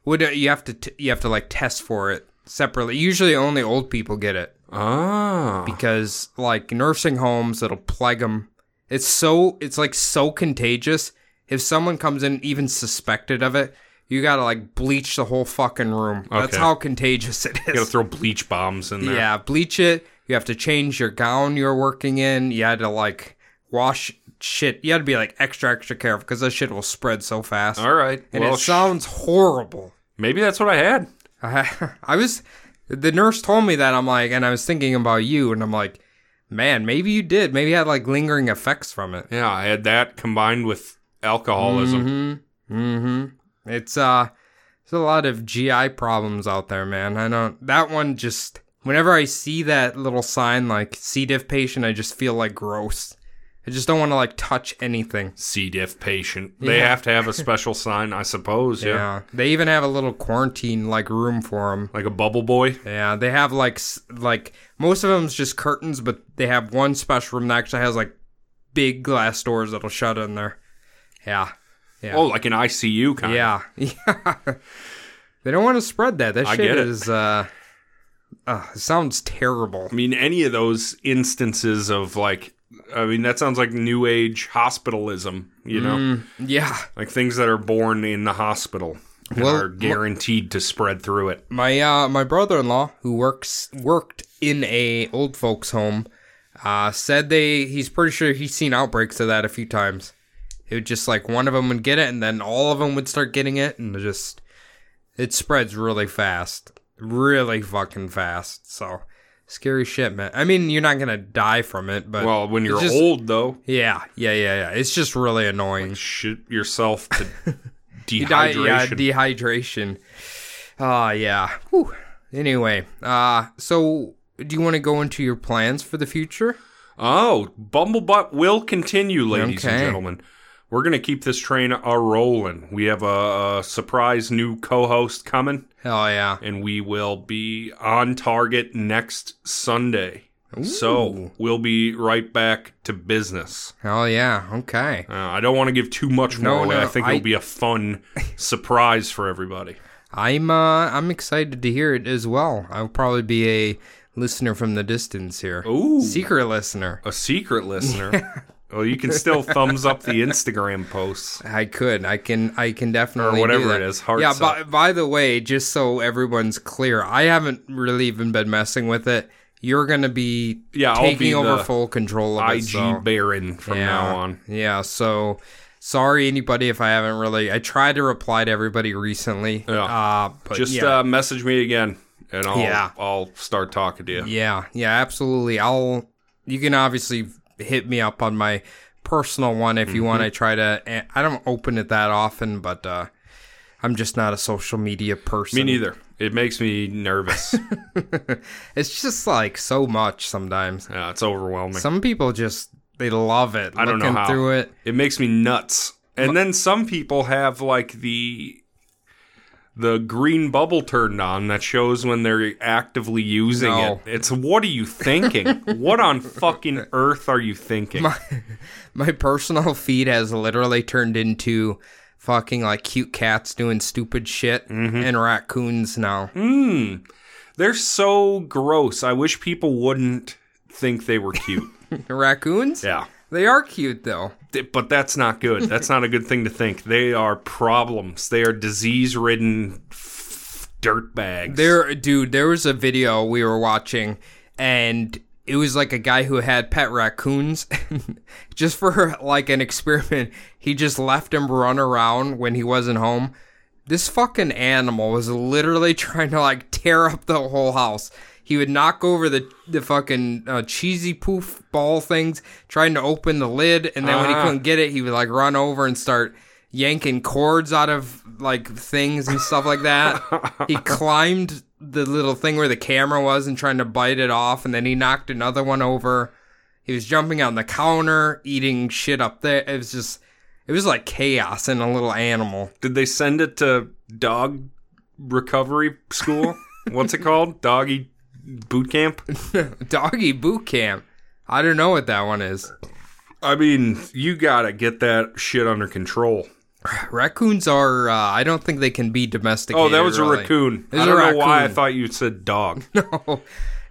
Would uh, you have to t- you have to like test for it separately? Usually, only old people get it. Ah. because like nursing homes it'll plague them it's so it's like so contagious if someone comes in even suspected of it you gotta like bleach the whole fucking room that's Okay. how contagious it You gotta is throw bleach bombs in there. yeah bleach it you have to change your gown you're working in you had to like wash shit you had to be like extra extra careful because this shit will spread so fast All right. and well, it sounds horrible sh- maybe that's what I had. I, I was the nurse told me that I'm like, and I was thinking about you, and I'm like, man, maybe you did. Maybe you had like lingering effects from it. Yeah, I had that combined with alcoholism. Mm-hmm. It's uh, there's a lot of GI problems out there, man. I don't. That one just whenever I see that little sign like C diff patient, I just feel like gross. I just don't want to like touch anything. C. diff patient. They Yeah. have to have a special sign, I suppose. Yeah. They even have a little quarantine like room for them. Like a bubble boy. Yeah, they have like s- like most of them's just curtains, but they have one special room that actually has like big glass doors that'll shut in there. Yeah, Yeah. Oh, like an ICU kind. yeah, yeah. they don't want to spread that. That I shit get it. is uh, uh, it sounds terrible. I mean, any of those instances of like, I mean, that sounds like new age hospitalism, you know? Mm, yeah, Like things that are born in the hospital and Well, are guaranteed to spread through it. my uh my brother-in-law who works worked in a old folks home uh said they he's pretty sure he's seen outbreaks of that a few times it would just like one of them would get it and then all of them would start getting it and it just It spreads really fast, really fucking fast. So scary shit, man. I mean, you're not gonna die from it, but well, when you're just- old though, yeah, yeah, yeah, yeah. It's just really annoying. shit yourself to You die- yeah, dehydration. dehydration. Ah, yeah. Whew. Anyway, uh, so do you want to go into your plans for the future? Oh, Bumblebutt will continue, ladies and Okay. gentlemen. We're going to keep this train a rolling. We have a, a surprise new co host coming, Hell yeah. and we will be on target next Sunday. So Ooh. we'll be right back to business. Hell yeah. Okay. Uh, I don't want to give too much more No, away. no, I think I- it'll be a fun surprise for everybody. I'm uh, I'm excited to hear it as well. I'll probably be a listener from the distance here. Ooh. Secret listener. A secret listener. well, you can still thumbs up the Instagram posts. I could. I can. I can definitely. whatever do that. it is, hearts yeah. By, by the way, just so everyone's clear, I haven't really even been messing with it. You're gonna be Yeah, I'll taking be over the full control of it. IG so- Baron from yeah, now on. Yeah. So sorry anybody if I haven't really. I tried to reply to everybody recently. Yeah. Uh, but Just yeah. uh, message me again, and I'll Yeah. I'll start talking to you. Yeah, yeah, absolutely. I'll. You can obviously hit me up on my personal one if you want. Mm-hmm. I try to. eh, I don't open it that often, but uh, I'm just not a social media person. Me neither. It makes me nervous. It's just like so much sometimes. yeah, it's overwhelming. Some people just they love it. I don't know looking how. through it. It makes me nuts. And then some people have like the the green bubble turned on that shows when they're actively using No. it. It's what are you thinking? what on fucking earth are you thinking? My personal feed has literally turned into fucking like cute cats doing stupid shit and raccoons now. They're so gross. I wish people wouldn't think they were cute. Raccoons? yeah. They are cute though. Th- But that's not good. That's not a good thing to think. They are problems. They are disease-ridden f- dirt bags. There, dude, there was a video we were watching, and it was like a guy who had pet raccoons. just for like an experiment, he just left him run around when he wasn't home. This fucking animal was literally trying to like tear up the whole house. He would knock over the the fucking uh, cheesy poof ball things, trying to open the lid, and then when he Ah. couldn't get it, he would like run over and start yanking cords out of like things and stuff like that. he climbed the little thing where the camera was and trying to bite it off, and then he knocked another one over. He was jumping on the counter, eating shit up there. It was just, it was like chaos in a little animal. Did they send it to dog recovery school? What's it called? Doggy boot camp? Doggy boot camp. I don't know what that one is. I mean, you gotta get that shit under control. Raccoons are, uh, I don't think they can be domesticated. Oh, that was a really. raccoon. It was I a don't know why I raccoon. thought you said dog. No.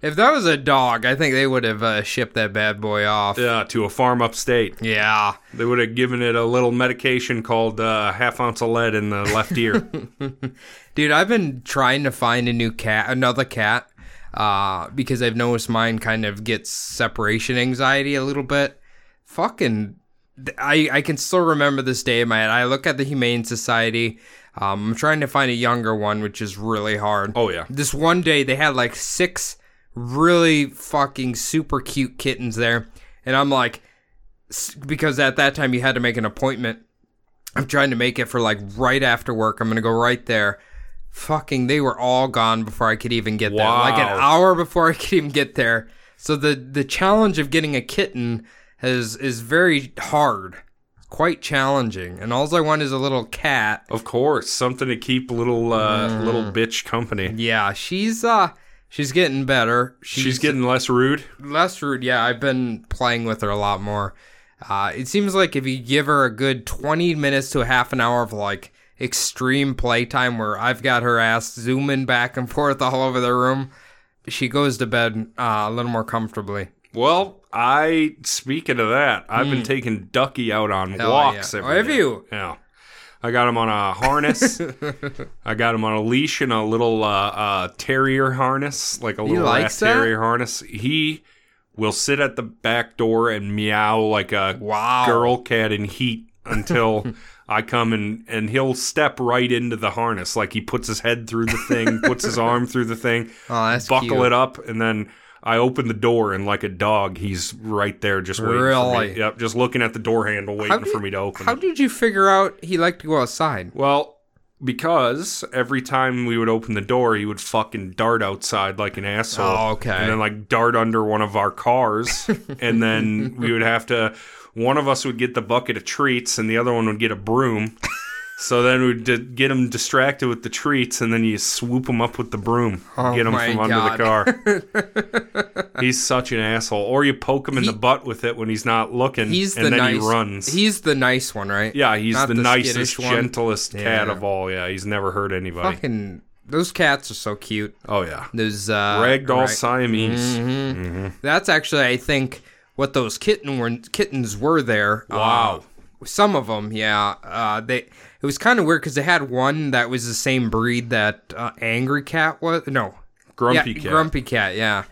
If that was a dog, I think they would have uh, shipped that bad boy off. Yeah, to a farm upstate. Yeah. They would have given it a little medication called uh, half ounce of lead in the left ear. Dude, I've been trying to find a new cat, another cat, uh, because I've noticed mine kind of gets separation anxiety a little bit. Fucking, th- I I can still remember this day in my head. I look at the Humane Society. Um, I'm trying to find a younger one, which is really hard. oh, yeah. This one day they had like six really fucking super cute kittens there, and I'm like, s- because at that time you had to make an appointment. I'm trying to make it for like right after work. I'm gonna go right there. Fucking, they were all gone before I could even get there. Like an Wow. hour before I could even get there. So the the challenge of getting a kitten has is very hard, quite challenging. And all I want is a little cat Of course, something to keep little uh, little Mm. bitch company. Yeah, she's uh she's getting better. She's, She's getting less rude. less rude. Yeah, I've been playing with her a lot more. Uh, it seems like if you give her a good 20 minutes to a half an hour of like extreme playtime where I've got her ass zooming back and forth all over the room, she goes to bed uh, a little more comfortably. Well, I speaking of that, I've been taking Ducky out on walks Hmm. yeah. every Oh, have day. you? Yeah. I got him on a harness. I got him on a leash and a little uh, uh, terrier harness, like a little likes rat that? terrier harness. He will sit at the back door and meow like a Wow. girl cat in heat until I come and and he'll step right into the harness. Like he puts his head through the thing, puts his arm through the thing, Oh, that's buckle cute. it up, and then I open the door and like a dog, he's right there just waiting for me. Really? Yep, just looking at the door handle, waiting did- for me to open. How it. did you figure out he liked to go outside? Well, because every time we would open the door, he would fucking dart outside like an asshole. Oh, okay. And then like dart under one of our cars, and then we would have to. One of us would get the bucket of treats, and the other one would get a broom. So then we'd d- get him distracted with the treats, and then you swoop him up with the broom, Oh get him my from under the car. he's such an asshole. Or you poke him in He- the butt with it when he's not looking, He's and the then nice. he runs. He's the nice one, right? Yeah, he's Not the, the nicest, skittish one. gentlest cat Yeah. of all. Yeah, he's never hurt anybody. Fucking those cats are so cute. Oh yeah, Those uh, ragdoll right- Mm-hmm. Siamese. That's actually, I think, what those kitten were, kittens were there. Wow. Uh, some of them, yeah. Uh, they it was kind of weird because they had one that was the same breed that uh, angry cat was. No, Grumpy yeah, cat. grumpy cat. Yeah,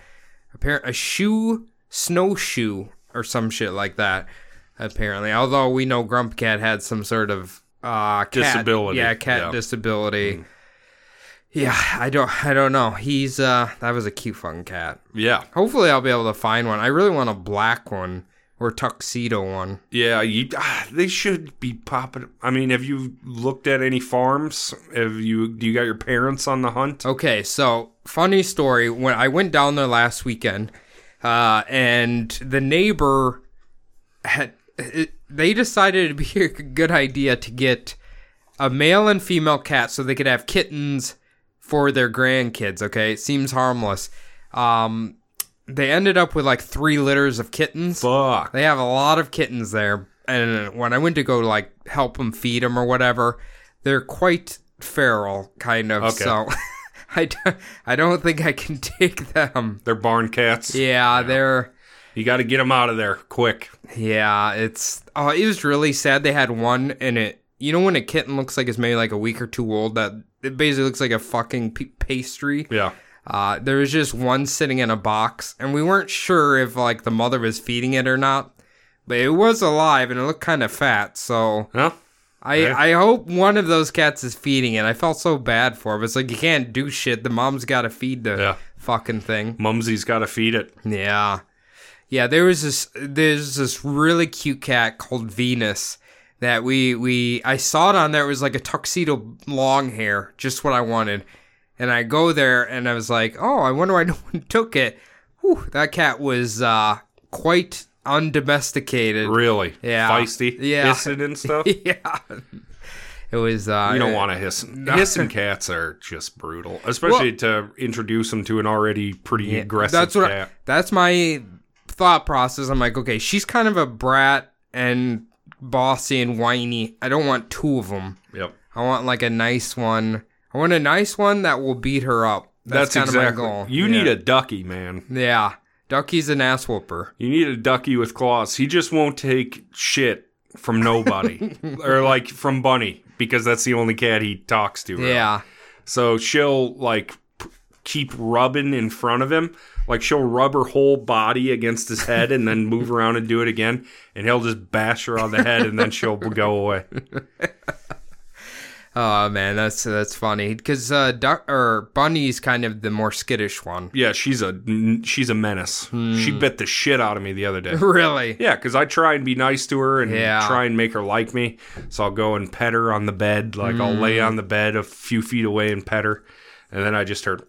apparent a shoe snowshoe or some shit like that. Apparently, although we know Grump Cat had some sort of uh, cat, Disability, Yeah, cat yeah. Hmm. disability. Yeah, I don't, I don't know. He's uh, that was a cute fucking cat. yeah, Hopefully, I'll be able to find one. I really want a black one or tuxedo one. yeah. You, ah, they should be popping. I mean, have you looked at any farms? Have you? Do you got your parents on the hunt? Okay, so funny story. When I went down there last weekend, uh, and the neighbor had, it, they decided it'd be a good idea to get a male and female cat so they could have kittens for their grandkids. Okay, it seems harmless. Um, they ended up with like three litters of kittens. Fuck. They have a lot of kittens there, and when I went to go like help them feed them or whatever, they're quite feral, kind of. Okay. So I, d- I don't think I can take them. They're barn cats. Yeah, they're You got to get them out of there quick. yeah. It's oh, it was really sad. They had one, and it you know when a kitten looks like it's maybe like a week or two old that it basically looks like a fucking p- pastry. Yeah. Uh, there was just one sitting in a box, and we weren't sure if like the mother was feeding it or not. But it was alive, and it looked kind of fat. So Huh? I Okay. I hope one of those cats is feeding it. I felt so bad for it. It's like you can't do shit. The mom's got to feed the Yeah. fucking thing. Mumsy's got to feed it. Yeah, yeah. There was this there's this really cute cat called Venus that we we I saw it on there. It was like a tuxedo long hair, just what I wanted. And I go there and I was like, oh, I wonder why no one took it. Whew, that cat was uh, quite undomesticated. Really? Yeah. Feisty. Yeah. Hissing and stuff. yeah. It was. Uh, You don't it- want to hiss. Hissing cats are just brutal, especially to introduce them to an already pretty aggressive that's what I- cat. that's my thought process i'm like okay she's kind of a brat and bossy and whiny i don't want two of them yep. i want like a nice one i want a nice one that will beat her up that's, kind exactly. of my goal You yeah. need a ducky, man. yeah ducky's an ass whooper You need a ducky with claws. He just won't take shit from nobody or like from Bunny because that's the only cat he talks to. really. yeah So she'll like p- keep rubbing in front of him. Like she'll rub her whole body against his head and then move around and do it again. And he'll just bash her on the head and then she'll go away. oh man that's that's funny because uh duck or bunny's kind of the more skittish one Yeah, she's a she's a menace. She bit the shit out of me the other day. really Yeah, because I try and be nice to her and Yeah. try and make her like me. So I'll go and pet her on the bed. Like I'll lay Mm. on the bed a few feet away and pet her. And then I just heard,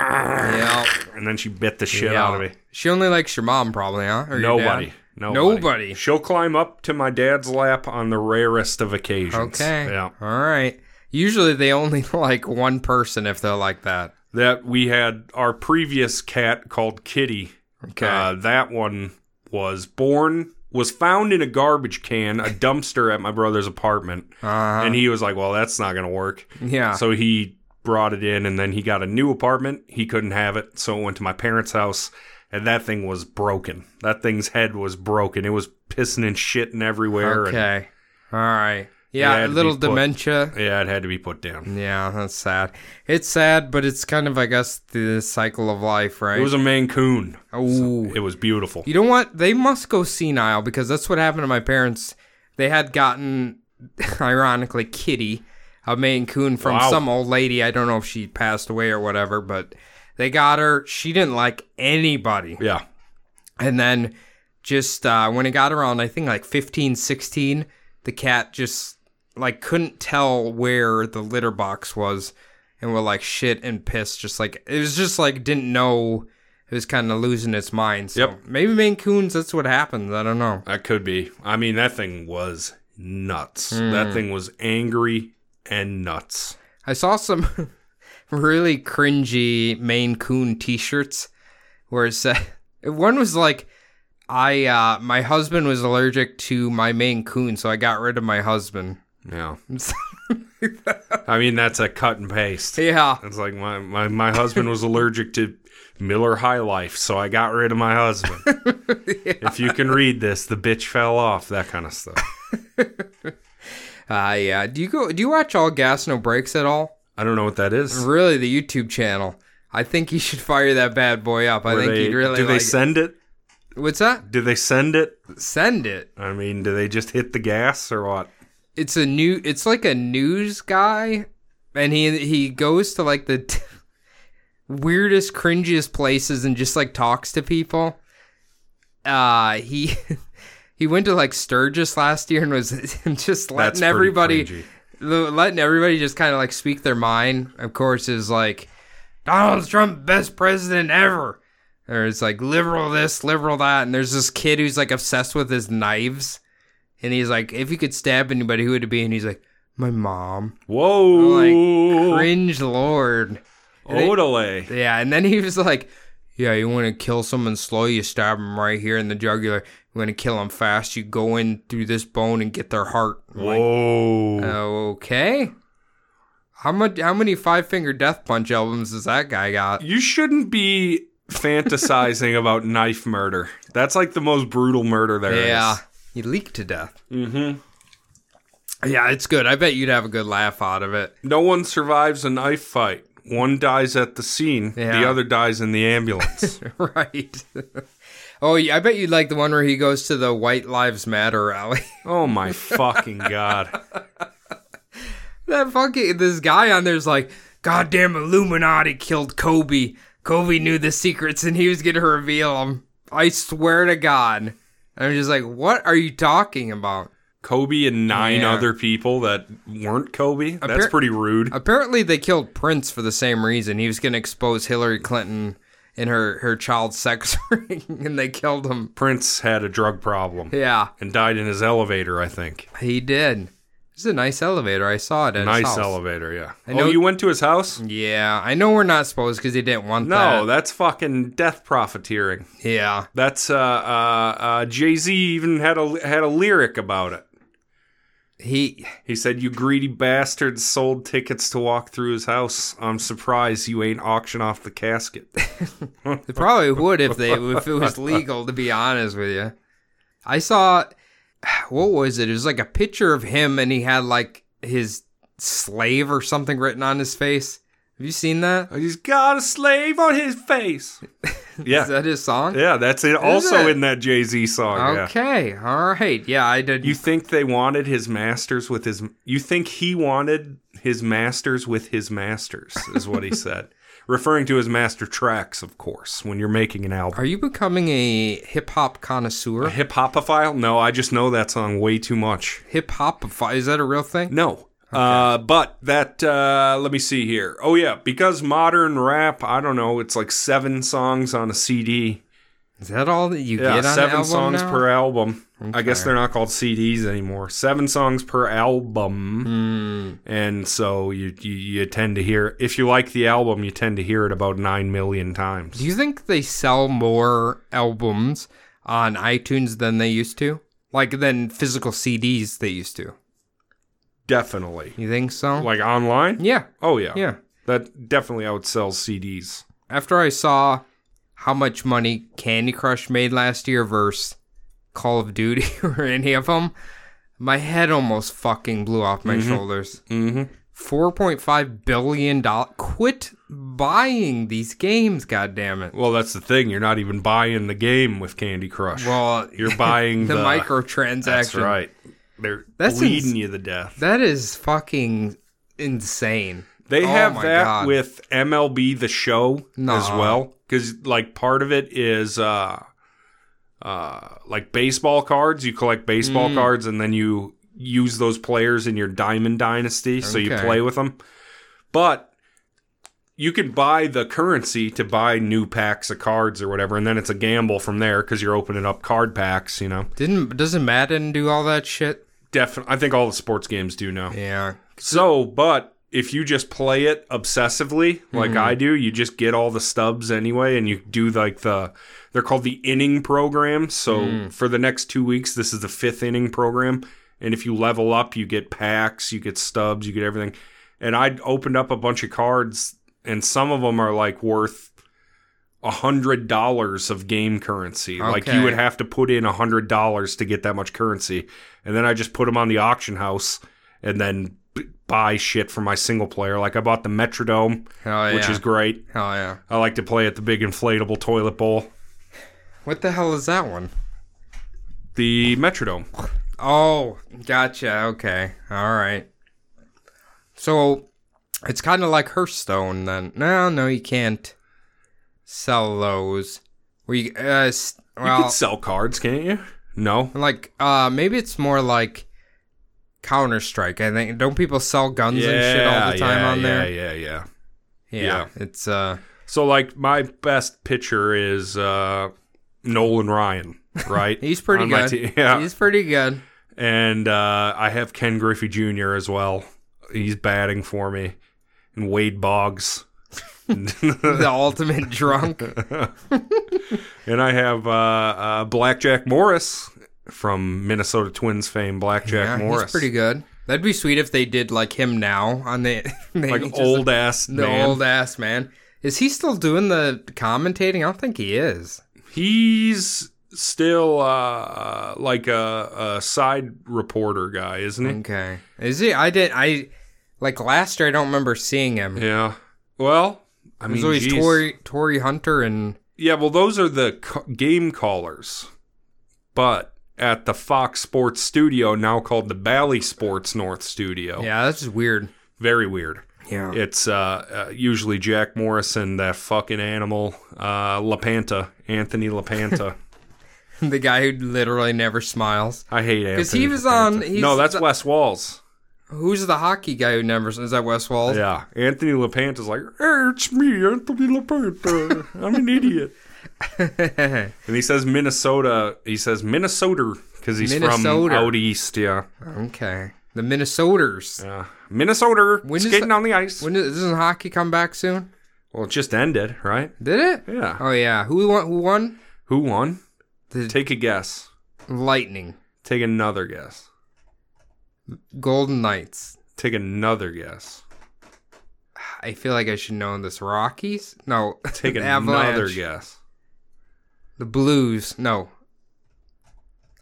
yeah, and then she bit the shit yeah. out of me. she only likes your mom probably huh Or your dad? Nobody, nobody. Nobody. She'll climb up to my dad's lap on the rarest of occasions. Okay. Yeah. All right. Usually they only like one person if they're like that. That we had our previous cat called Kitty. Okay. Uh, that one was born, was found in a garbage can, a dumpster at my brother's apartment. Uh, And he was like, well, that's not going to work. yeah. So he brought it in and then he got a new apartment. He couldn't have it. So it went to my parents' house and that thing was broken. That thing's head was broken. It was pissing and shitting everywhere. And, okay. All right. It had Yeah, to a be little put- dementia. yeah, it had to be put down. Yeah, that's sad. It's sad, but it's kind of I guess the cycle of life, right? It was a Mancoon. Ooh. It was beautiful. You know what? They must go senile because that's what happened to my parents. They had gotten ironically, Kitty, a Maine Coon from Wow. some old lady. I don't know if she passed away or whatever, but they got her. She didn't like anybody. Yeah. And then just uh, when it got around, I think like 15, 16, the cat just like couldn't tell where the litter box was and would like shit and piss. Just like it was just like didn't know. It was kind of losing its mind. So Yep. maybe Maine Coons, that's what happens. I don't know. That could be. I mean, that thing was nuts. That thing was angry and nuts. I saw some really cringy Maine Coon T-shirts where it said one was like, "I uh, my husband was allergic to my Maine Coon, so I got rid of my husband." Yeah. I mean, that's a cut and paste. yeah, It's like my, my, my husband was allergic to Miller High Life, so I got rid of my husband. If you can read this, the bitch fell off, that kind of stuff. uh, yeah. Do you go? Do you watch all gas no breaks at all? I don't know what that is. Really, the YouTube channel. I think you should fire that bad boy up. I Were think they- he'd really do they like. send it? What's that? Do they send it? Send it. I mean, do they just hit the gas or what? it's a new it's like a news guy and he he goes to like the t- weirdest cringiest places and just like talks to people uh he he went to like sturgis last year and was and just That's letting pretty everybody cringy. l- letting everybody just kind of like speak their mind of course is like donald trump best president ever or it's like liberal this liberal that and there's this kid who's like obsessed with his knives and he's like if you could stab anybody who would it be and he's like my mom Whoa! cringe lord Odele. yeah and then he was like yeah you want to kill someone slow you stab them right here in the jugular you want to kill them fast you go in through this bone and get their heart I'm like, uh, Whoa! Okay. How much? How many Five Finger Death Punch albums does that guy got? you shouldn't be fantasizing about knife murder. That's like the most brutal murder there is. yeah, he leaked to death. Mm-hmm. Yeah, it's good. I bet you'd have a good laugh out of it. No one survives a knife fight. One dies at the scene. Yeah. The other dies in the ambulance. right. oh, yeah, I bet you'd like the one where he goes to the White Lives Matter rally. oh my fucking god! that fucking this guy on there's like, goddamn Illuminati killed Kobe. Kobe knew the secrets and he was gonna reveal them. I swear to God. I'm just like, what are you talking about? Kobe and nine Yeah. other people that weren't Kobe. That's Appar- pretty rude. Apparently, they killed Prince for the same reason. He was going to expose Hillary Clinton and her her child sex ring, and they killed him. Prince had a drug problem Yeah, and died in his elevator. I think. he did. It's a nice elevator. I saw it. At Nice his house. elevator. Yeah. know- oh, you went to his house? Yeah, I know we're not supposed because he didn't want No, that. that's fucking death profiteering. Yeah, That's uh, uh, uh, Jay Z even had a had a lyric about it. he. He said, "You greedy bastards sold tickets to walk through his house. I'm surprised you ain't auction off the casket." They probably would if they if it was legal. To be honest with you, I saw. What was it? It was like a picture of him, and he had like his slave or something written on his face. Have you seen that? He's got a slave on his face. Is Yeah, that his song? yeah, that's it. Also it? in that Jay Z song. Yeah. Okay. All right. Yeah, I did. You think they wanted his masters with his? You think he wanted his masters with his masters? Is what he said, referring to his master tracks, of course. When you're making an album. Are you becoming a hip hop connoisseur? Hip hopophile? No, I just know that song way too much. Hip hop is that a real thing? No. Uh, but that, uh, let me see here. Oh, yeah, because modern rap, I don't know, it's like seven songs on a CD. Is that all that you Yeah, get on an seven album songs now? per album. I guess Okay. they're not called CDs anymore. Seven songs per album. Hmm. And so you, you, you tend to hear, if you like the album, you tend to hear it about nine million times. Do you think they sell more albums on iTunes than they used to? Like than physical CDs they used to? Definitely. You think so? Like online? yeah. Oh, yeah. Yeah. That definitely outsells CDs. After I saw how much money Candy Crush made last year versus Call of Duty or any of them, my head almost fucking blew off my shoulders. Mm-hmm. 4.5 billion dollar quit buying these games god damn it Well, that's the thing. You're not even buying the game with Candy Crush. well You're buying the, the, microtransaction That's right. They're That's bleeding ins- you to death. That is fucking insane. They Oh have my that God. with MLB the Show as Nuh-uh. well, because like part of it is uh, uh, like baseball cards. You collect Mm. baseball cards, and then you use those players in your Diamond Dynasty, so you Okay. play with them. But you can buy the currency to buy new packs of cards or whatever, and then it's a gamble from there because you're opening up card packs. You know, Didn't doesn't Madden do all that shit? definitely. I think all the sports games do now. Yeah. So, but if you just play it obsessively, like I do, you just get all the stubs anyway, and you do like the they're called the inning program. So for the next two weeks, this is the fifth inning program, and if you level up, you get packs, you get stubs, you get everything. And I opened up a bunch of cards, and some of them are like worth a hundred dollars of game currency. Like you Okay. would have to put in a hundred dollars to get that much currency, and then I just put them on the auction house and then b- buy shit for my single player. Like I bought the Metrodome, Hell Oh, yeah. which is great. Hell yeah. I like to play at the big inflatable toilet bowl. What the hell is that one? The Metrodome. Oh, gotcha. Okay. All right. So it's kind of like Hearthstone then. No, no, you can't sell those. We uh, s- you well, can sell cards, can't you? No. like uh, maybe it's more like Counter Strike. I think don't people sell guns and shit all the time yeah, on there? Yeah, yeah, yeah. Yeah, yeah. it's uh, So like my best pitcher is uh, Nolan Ryan, right? he's pretty On my good. team, yeah. He's pretty good. and uh, I have Ken Griffey Jr. as well. He's batting for me, and Wade Boggs. the ultimate drunk. And I have uh, uh, Blackjack Morris from Minnesota Twins fame, Blackjack yeah, Morris. he's pretty good. That'd be sweet if they did like him now on the they Like just- old ass the man. old ass man. Is he still doing the commentating? I don't think he is. He's still uh, like a, a side reporter guy, isn't Okay, is he? I did. I like last year. I don't remember seeing him. he? Yeah. Well, I it was mean, always geez. Tory Tory Hunter and yeah. Well, those are the c game callers, but at the Fox Sports studio, now called the Bally Sports North Studio. yeah, that's just weird. Very weird. Yeah, It's uh, uh, usually Jack Morrison, that fucking animal, uh, Lapanta, Anthony Lapanta. the guy who literally never smiles. I hate Anthony. Because he was LaPanta. on- he's no, that's the- Wes Walls. Who's the hockey guy who never is that Wes Walls? Yeah, Anthony Lapanta's like, hey, it's me, Anthony Lapanta. I'm an idiot. And he says Minnesota. He says Minnesota because he's from Minnesota. out east. Yeah, okay, the Minnesoters. yeah. Minnesota When is skating the- on the ice. When does, doesn't hockey come back soon? well, it just ended, right? Did it? Yeah. Oh yeah. Who won? Who won? Who won? The- Take a guess. Lightning, Take another guess. Golden Knights. Take another guess. I feel like I should know this. Rockies? No. Take the another guess. The Blues? No.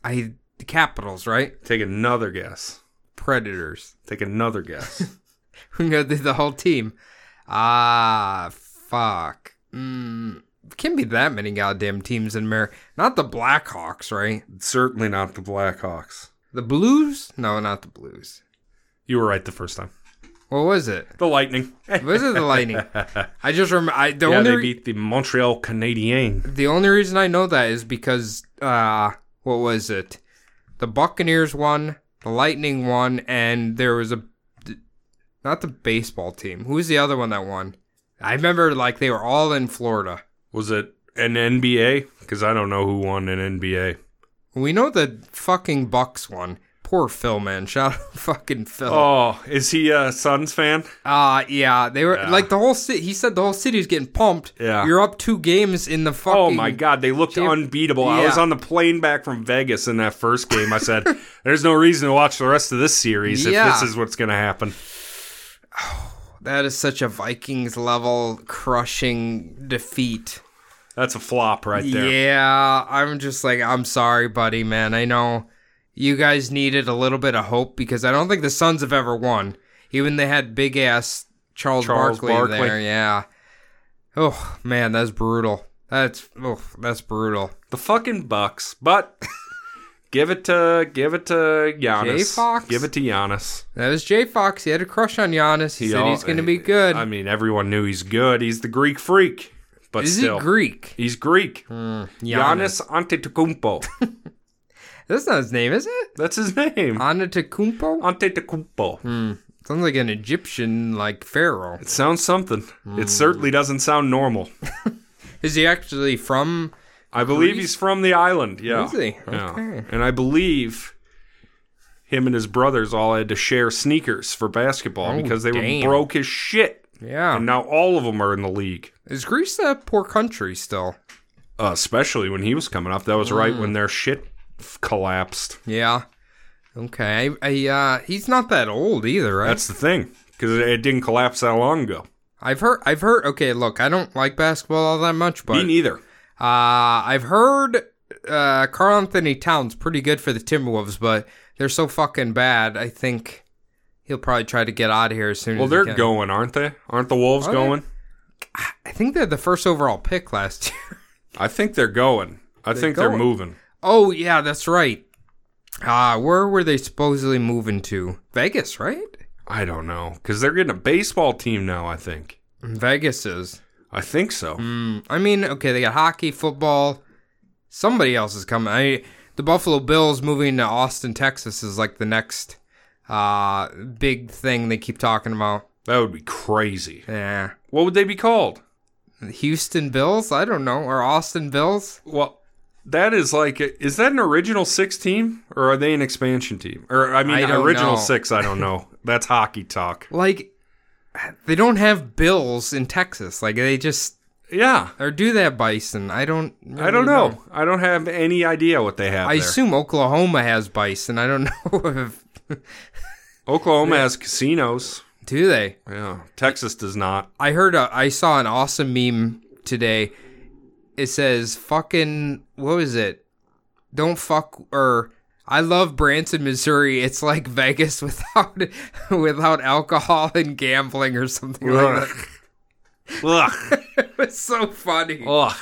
I the Capitals, right? Take another guess. Predators. Take another guess. We go through the whole team. Ah, fuck. Mm, can't be that many goddamn teams in America. Not the Blackhawks, right? Certainly not the Blackhawks. The Blues? No, not the Blues. You were right the first time. What was it? The Lightning. Was it the Lightning? I just remember. I the yeah, only they re- beat the Montreal Canadiens. The only reason I know that is because uh what was it? The Buccaneers won, the Lightning won, and there was a not the baseball team. Who was the other one that won? I remember like they were all in Florida. Was it an NBA? Because I don't know who won an NBA. We know the fucking Bucks won. Poor Phil, man. Shout out to fucking Phil. Oh, is he a Suns fan? Uh yeah, they were Yeah. like the whole city. He said the whole city was getting pumped. Yeah. you're up two games in the fucking. Oh my God, they looked Jam- unbeatable. I was Yeah. on the plane back from Vegas in that first game. I said, "There's no reason to watch the rest of this series Yeah. if this is what's going to happen." That is such a Vikings level crushing defeat. That's a flop right there. Yeah, I'm just like, I'm sorry, buddy, man. I know you guys needed a little bit of hope because I don't think the Suns have ever won, even they had big ass Charles, Charles Barkley, Barkley. there. Yeah. Oh man, that's brutal. That's oh, that's brutal. The fucking Bucks, but Give it to give it to Giannis. Fox? Give it to Giannis. That was Jay Fox. He had a crush on Giannis. He, He said al- he's going to be good. I mean, everyone knew he's good. He's the Greek freak, but Is still, he Greek? Hmm. he's Greek. Giannis. Giannis Antetokounmpo. That's not his name, is it? That's his name. Anatakumpo? Antetokounmpo. Sounds like an Egyptian, like pharaoh. It sounds something. Hmm. It certainly doesn't sound normal. Is he actually from? I believe he's from the island. Yeah. Is he? Yeah. Okay. And I believe him and his brothers all had to share sneakers for basketball because they Oh, damn. were broke as shit. Yeah. And now all of them are in the league. Is Greece a poor country still? Uh, especially when he was coming up. That was right when their shit f- collapsed. Yeah. Okay. I, I, uh, he's not that old either, right? That's the thing because it, it didn't collapse that long ago. I've heard. I've heard. Okay, look, I don't like basketball all that Me much, but neither. Uh, I've heard uh, Carl Anthony Towns pretty good for the Timberwolves, but they're so fucking bad. I think he'll probably try to get out of here as soon Well, as he they're can. going, aren't they? Aren't the Wolves Hmm, Are they? going? I think they're the first overall pick last year. I think they're going. I think they're going. moving. oh yeah, that's right. Uh, where were they supposedly moving to? Vegas, right? I don't know because they're getting a baseball team now. I think. Vegas is. I think so. Mm, I mean, okay, they got hockey, football. Somebody else is coming. I the Buffalo Bills moving to Austin, Texas is like the next uh big thing they keep talking about. That would be crazy. Yeah. What would they be called? Houston Bills, I don't know, or Austin Bills? Well, that is like, is that an original six team or are they an expansion team? Or, I mean, I don't original know. six, I don't know. That's hockey talk. Like they don't have bills in Texas. Like they just Yeah. or do they have bison? I don't I don't know. I don't have any idea what they have I there. assume Oklahoma has bison. I don't know if Oklahoma has casinos. do they? Yeah. Texas does not. I heard a, I saw an awesome meme today. It says fucking what was it? Don't fuck or I love Branson, Missouri. It's like Vegas without without alcohol and gambling or something like Ugh. that. Ugh. It was so funny. Ugh.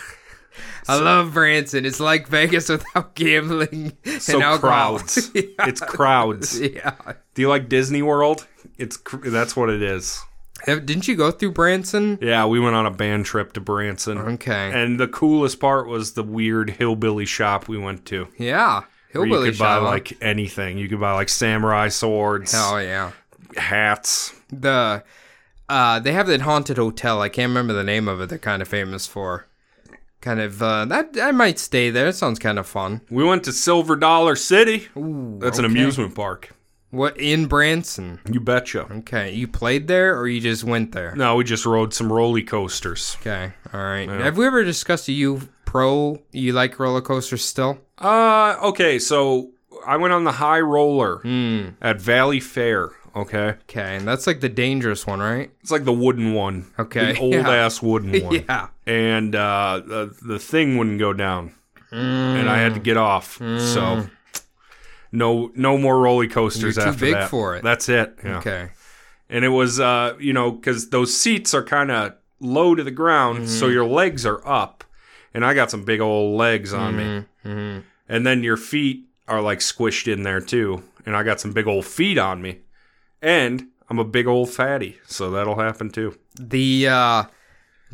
I love Branson. It's like Vegas without gambling So and alcohol. crowds. yeah. It's crowds. yeah. Do you like Disney World? It's cr- that's what it is. Have- Didn't you go through Branson? Yeah, we went on a band trip to Branson. Okay. And the coolest part was the weird hillbilly shop we went to. Yeah. where you Hillbilly could buy Shiloh. like anything. You could buy like samurai swords, Hell yeah. hats. the uh they have that haunted hotel i can't remember the name of it they're kind of famous for kind of uh that i might stay there it sounds kind of fun We went to Silver Dollar City. Ooh, That's an okay. amusement park. what in branson You betcha. okay you played there or you just went there No, we just rode some roller coasters. okay all right have we ever discussed you pro you like roller coasters still Uh, okay, so I went on the high roller at Valley Fair. Okay, okay and that's like the dangerous one right it's like the wooden one. Okay, the old yeah. ass wooden one. yeah and uh, the, the thing wouldn't go down, and I had to get off. So no, no more roller coasters You're too after big that. for it. That's it. Yeah. okay And it was, uh, you know, because those seats are kind of low to the ground, so your legs are up, and I got some big old legs on Mm. me, Mm-hmm. and then your feet are like squished in there too, and I got some big old feet on me, and I'm a big old fatty, so that'll happen too. the uh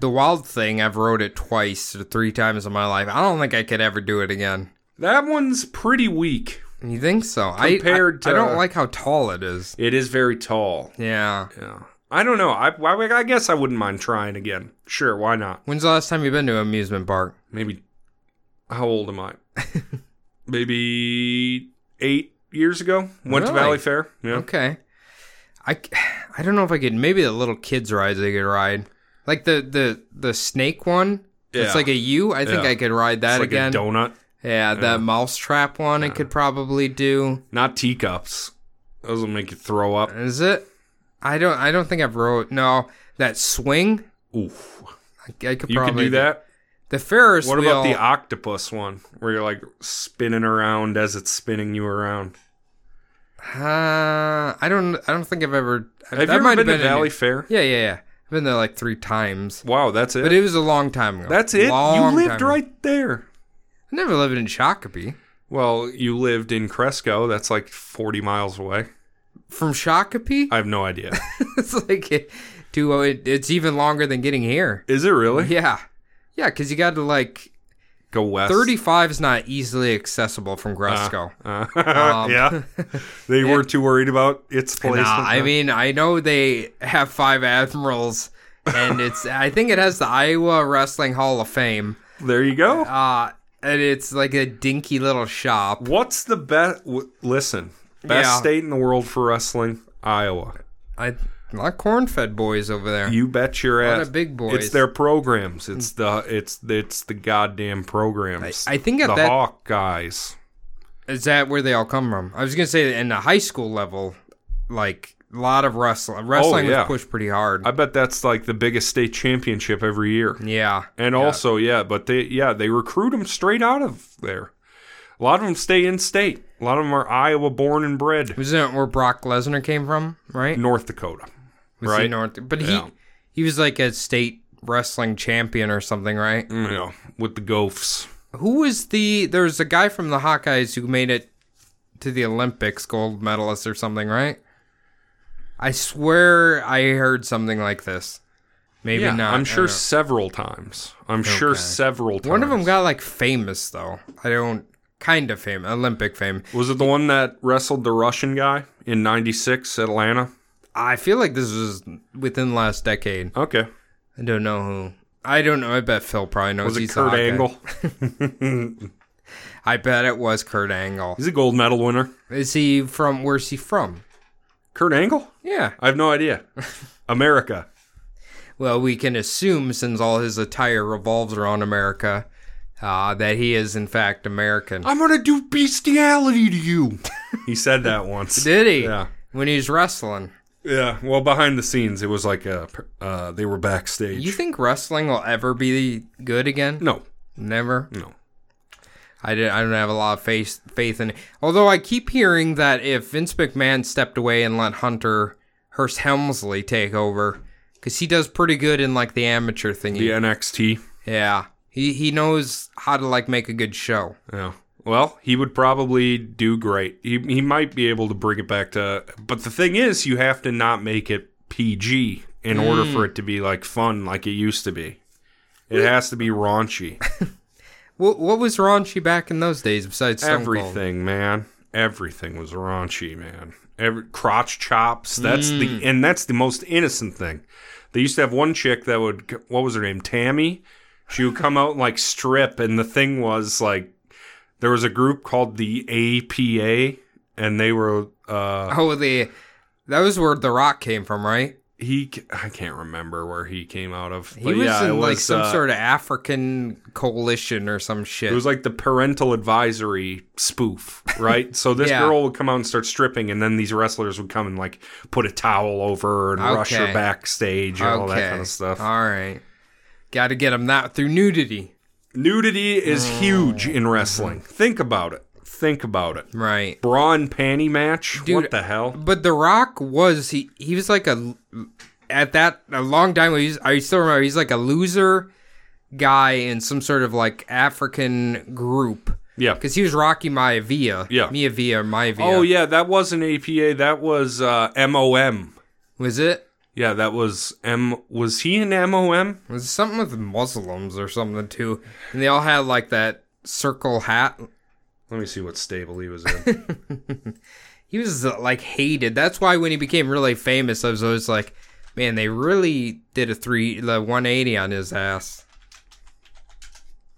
the wild thing i've rode it twice or three times in my life i don't think i could ever do it again That one's pretty weak. You think so? I- Compared I, I, to- don't like how tall it is. It is very tall. Yeah. Yeah. I don't know. I, I I guess I wouldn't mind trying again. Sure, why not? When's the last time you've been to an amusement park? Maybe. How old am I? Maybe eight years ago. Went to Really? Valley Fair. Yeah. Okay. I, c- I don't know if I could. Maybe the little kids rides I could ride, like the the the snake one. Yeah. It's like a U. I think Yeah. I could ride that It's like again. a donut. yeah, the mouse trap one I could probably do. Not teacups. Those will make you throw up. Is it? I don't. I don't think I've rode. No, that swing. Oof. I, I could You probably can do that. The Ferris What wheel. uh, about the octopus one where you're like spinning around as it's spinning you around? uh, I don't. I don't think I've ever. Have that you might ever been, been to in- Valley Fair? Yeah, yeah, yeah. I've been there like three times, Wow, that's it. but it was a long time ago. that's it. You Long lived time ago. right there. I never lived in Shakopee. Well, you lived in Cresco. That's like 40 miles away. From Shakopee? I have no idea. it's like to uh, it, it's even longer than getting here. Is it really? Yeah, yeah, because you got to like Go west. thirty five is not easily accessible from Gresco. Uh, Um, yeah. They weren't too worried about its place. nah, uh, I mean I know they have five admirals, and it's I think it has the Iowa Wrestling Hall of Fame. there you go. Uh and it's like a dinky little shop. What's the best? W- listen, best Yeah. state in the world for wrestling, Iowa. I a lot of corn fed boys over there. You bet your ass. of big boys. Mm. It's their programs. It's the it's it's the goddamn programs. I think at the that- Hawk guys. Is that where they all come from? I was gonna say in the high school level, like a lot of wrestling. Wrestling yeah. was pushed pretty hard. I bet that's like the biggest state championship every year. yeah, And also, yeah, but they yeah they recruit them straight out of there. A lot of them stay in state. A lot of them are Iowa born and bred. wasn't it where Brock Lesnar came from? Right, North Dakota. was right. He North, but Yeah. he he was like a state wrestling champion or something, right? You know, Mm, with the Gophs. Who was the? There's a guy from the Hawkeyes who made it to the Olympics, gold medalist or something, right? I swear I heard something like this. Maybe Yeah, not. I I'm don't sure know. several times. I'm sure several times. One of them got like famous though. I don't kind of fame, Olympic fame. was it the one that wrestled the Russian guy in '96 Atlanta? I feel like this was within the last decade. Okay, I don't know who. I don't know. I bet Phil probably knows. was it he's a Kurt hockey. Angle? I bet it was Kurt Angle. He's a gold medal winner. Is he from? Where's he from? Kurt Angle? Yeah. I have no idea. America. Well, we can assume since all his attire revolves around America, uh, that he is in fact American. I'm gonna do bestiality to you. he said that once. Did he? Yeah. When he's wrestling, Yeah. Well, behind the scenes, it was like a, uh, they were backstage. you think wrestling will ever be good again? no, Never. no. I, did, I don't have a lot of faith faith in it. Although I keep hearing that if Vince McMahon stepped away and let Hunter Hearst Helmsley take over, because he does pretty good in like the amateur thingy. The NXT. Yeah. He he knows how to like make a good show. Yeah. Well, he would probably do great. He he might be able to bring it back to. But the thing is, you have to not make it PG in order for it to be like fun, like it used to be. It has to be raunchy. What what was raunchy back in those days besides Stone Cold? Everything, man. Everything was raunchy, man. Every crotch chops. That's Mm. the and that's the most innocent thing. They used to have one chick that would what was her name? Tammy. She would come out and like strip, and the thing was like there was a group called the APA, and they were uh Oh, the that was where The Rock came from, right? he I can't remember where he came out of. He but was yeah, it in like was, some uh, sort of African coalition or some shit. It was like the parental advisory spoof, right? so this Yeah. girl would come out and start stripping, and then these wrestlers would come and like put a towel over her and rush her Okay. Uh, backstage and all that kind of stuff. All right. Got to get him that through nudity. Nudity is Oh. huge in wrestling. Mm-hmm. Think about it. Think about it. Right. Bra and panty match. what Dude, the hell? But The Rock was he he was like a at that a long time ago, he's I still remember he's like a loser guy in some sort of like African group Yeah. cuz he was Rocky Maivia. Yeah. Maivia, Maivia. Oh yeah, that wasn't APA. That was uh, MOM. Was it Yeah, that was M. Was he in MOM? was it something with Muslims or something too. And they all had like that circle hat. Let me see what stable he was in. He was uh, like hated. That's why when he became really famous, I was always like, man, they really did a three the 180 on his ass.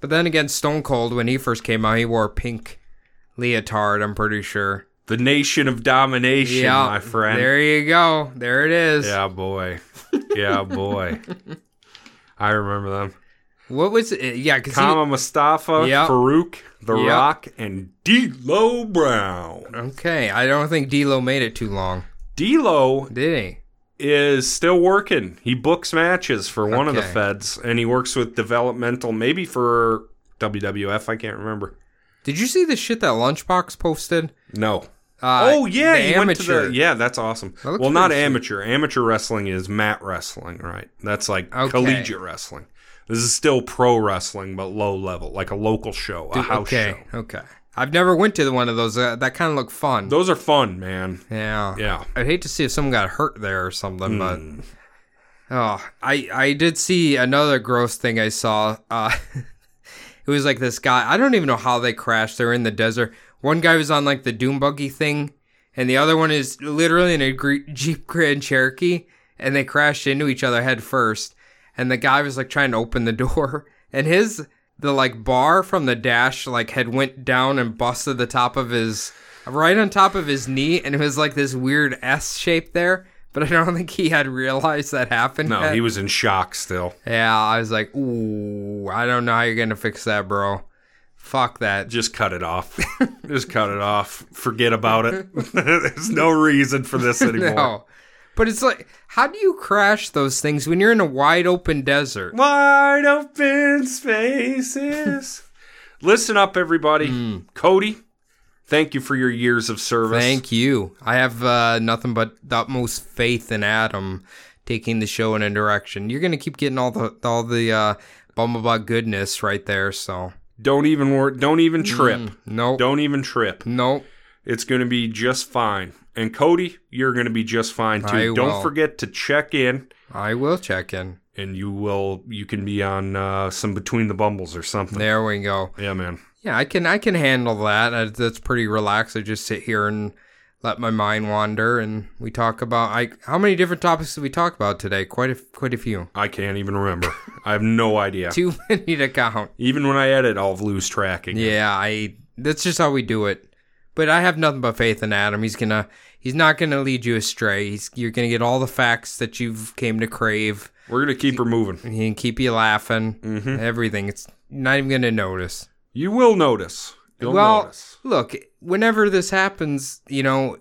But then again, Stone Cold when he first came out, he wore a pink leotard. I'm pretty sure. the Nation of Domination, Yeah, my friend. There you go. There it is. Yeah, boy. Yeah, boy. I remember them. What was it? Yeah, because Kama Mustafa, Yep. Farouk, The Yep. Rock, and D'Lo Brown. okay, I don't think D'Lo made it too long, D'Lo did he? is still working. He books matches for one of the Okay. feds, and he works with developmental, maybe for WWF. I can't remember. Did you see the shit that Lunchbox posted? No. Uh, Oh yeah, the he went to the amateur. yeah. That's awesome. That looks Well, not pretty sweet. amateur. Amateur wrestling is mat wrestling, right? That's like Okay. collegiate wrestling. This is still pro wrestling, but low level, like a local show, a house okay, okay. I've never went to one of those. Uh, that kind of looked fun. Those are fun, man. yeah. Yeah. I'd hate to see if someone got hurt there or something, Hmm. but oh, I I did see another gross thing I saw. Uh, it was like this guy. I don't even know how they crashed. They're in the desert. One guy was on like the dune buggy thing, and the other one is literally in a gre- Jeep Grand Cherokee, and they crashed into each other head first. And the guy was like trying to open the door, and his the like bar from the dash like had went down and busted the top of his right on top of his knee, and it was like this weird S shape there. But I don't think he had realized that happened. No, yet. he was in shock still. Yeah, I was like, ooh, I don't know how you're gonna fix that, bro. Fuck that. Just cut it off. Just cut it off. Forget about it. There's no reason for this anymore. No. But it's like, how do you crash those things when you're in a wide open desert? Wide open spaces. Listen up, everybody. Cody, thank you for your years of service. Hmm. Thank you. I have uh, nothing but the utmost faith in Adam taking the show in a direction. You're gonna keep getting all the all the uh, Bumblebot goodness right there. So Don't even wor- don't Mm. even trip. nope, Don't even trip. nope. It's going to be just fine. And Cody, you're going to be just fine too. I Don't will. forget to check in I will check in. and you will you can be on uh, some between the bumbles or something. There we go. Yeah, man. Yeah, I can I can handle that. I, that's pretty relaxed. I just sit here and let my mind wander, and we talk about. I how many different topics did we talk about today? Quite a quite a few. I can't even remember. I have no idea. Too many to count. Even when I edit, I'll lose track again. Yeah, I. That's just how we do it. But I have nothing but faith in Adam. He's gonna. He's not gonna lead you astray. He's, you're gonna get all the facts that you've came to crave. We're gonna keep her moving. Mm-hmm. He can keep you laughing. Everything. It's not even gonna notice. You will notice. You'll well, notice. look, whenever this happens, you know,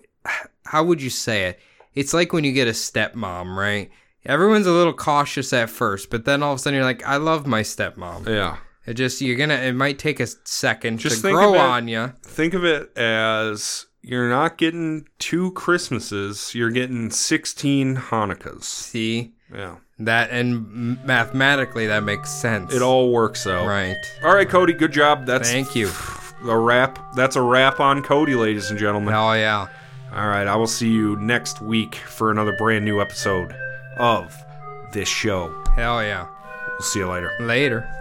how would you say it? It's like when you get a stepmom, right? Everyone's a little cautious at first, but then all of a sudden you're like, I love my stepmom. Yeah. It just, you're gonna, it might take a second Just to think grow about- on you. Think of it as you're not getting two Christmases, you're getting 16 Hanukkahs. See? Yeah. That, and mathematically, that makes sense. It all works out. Right. All right, Cody, good job. That's Thank you. a wrap. That's a wrap on Cody, ladies and gentlemen. Hell yeah. All right, I will see you next week for another brand new episode of this show. Hell yeah. We'll see you later. Later.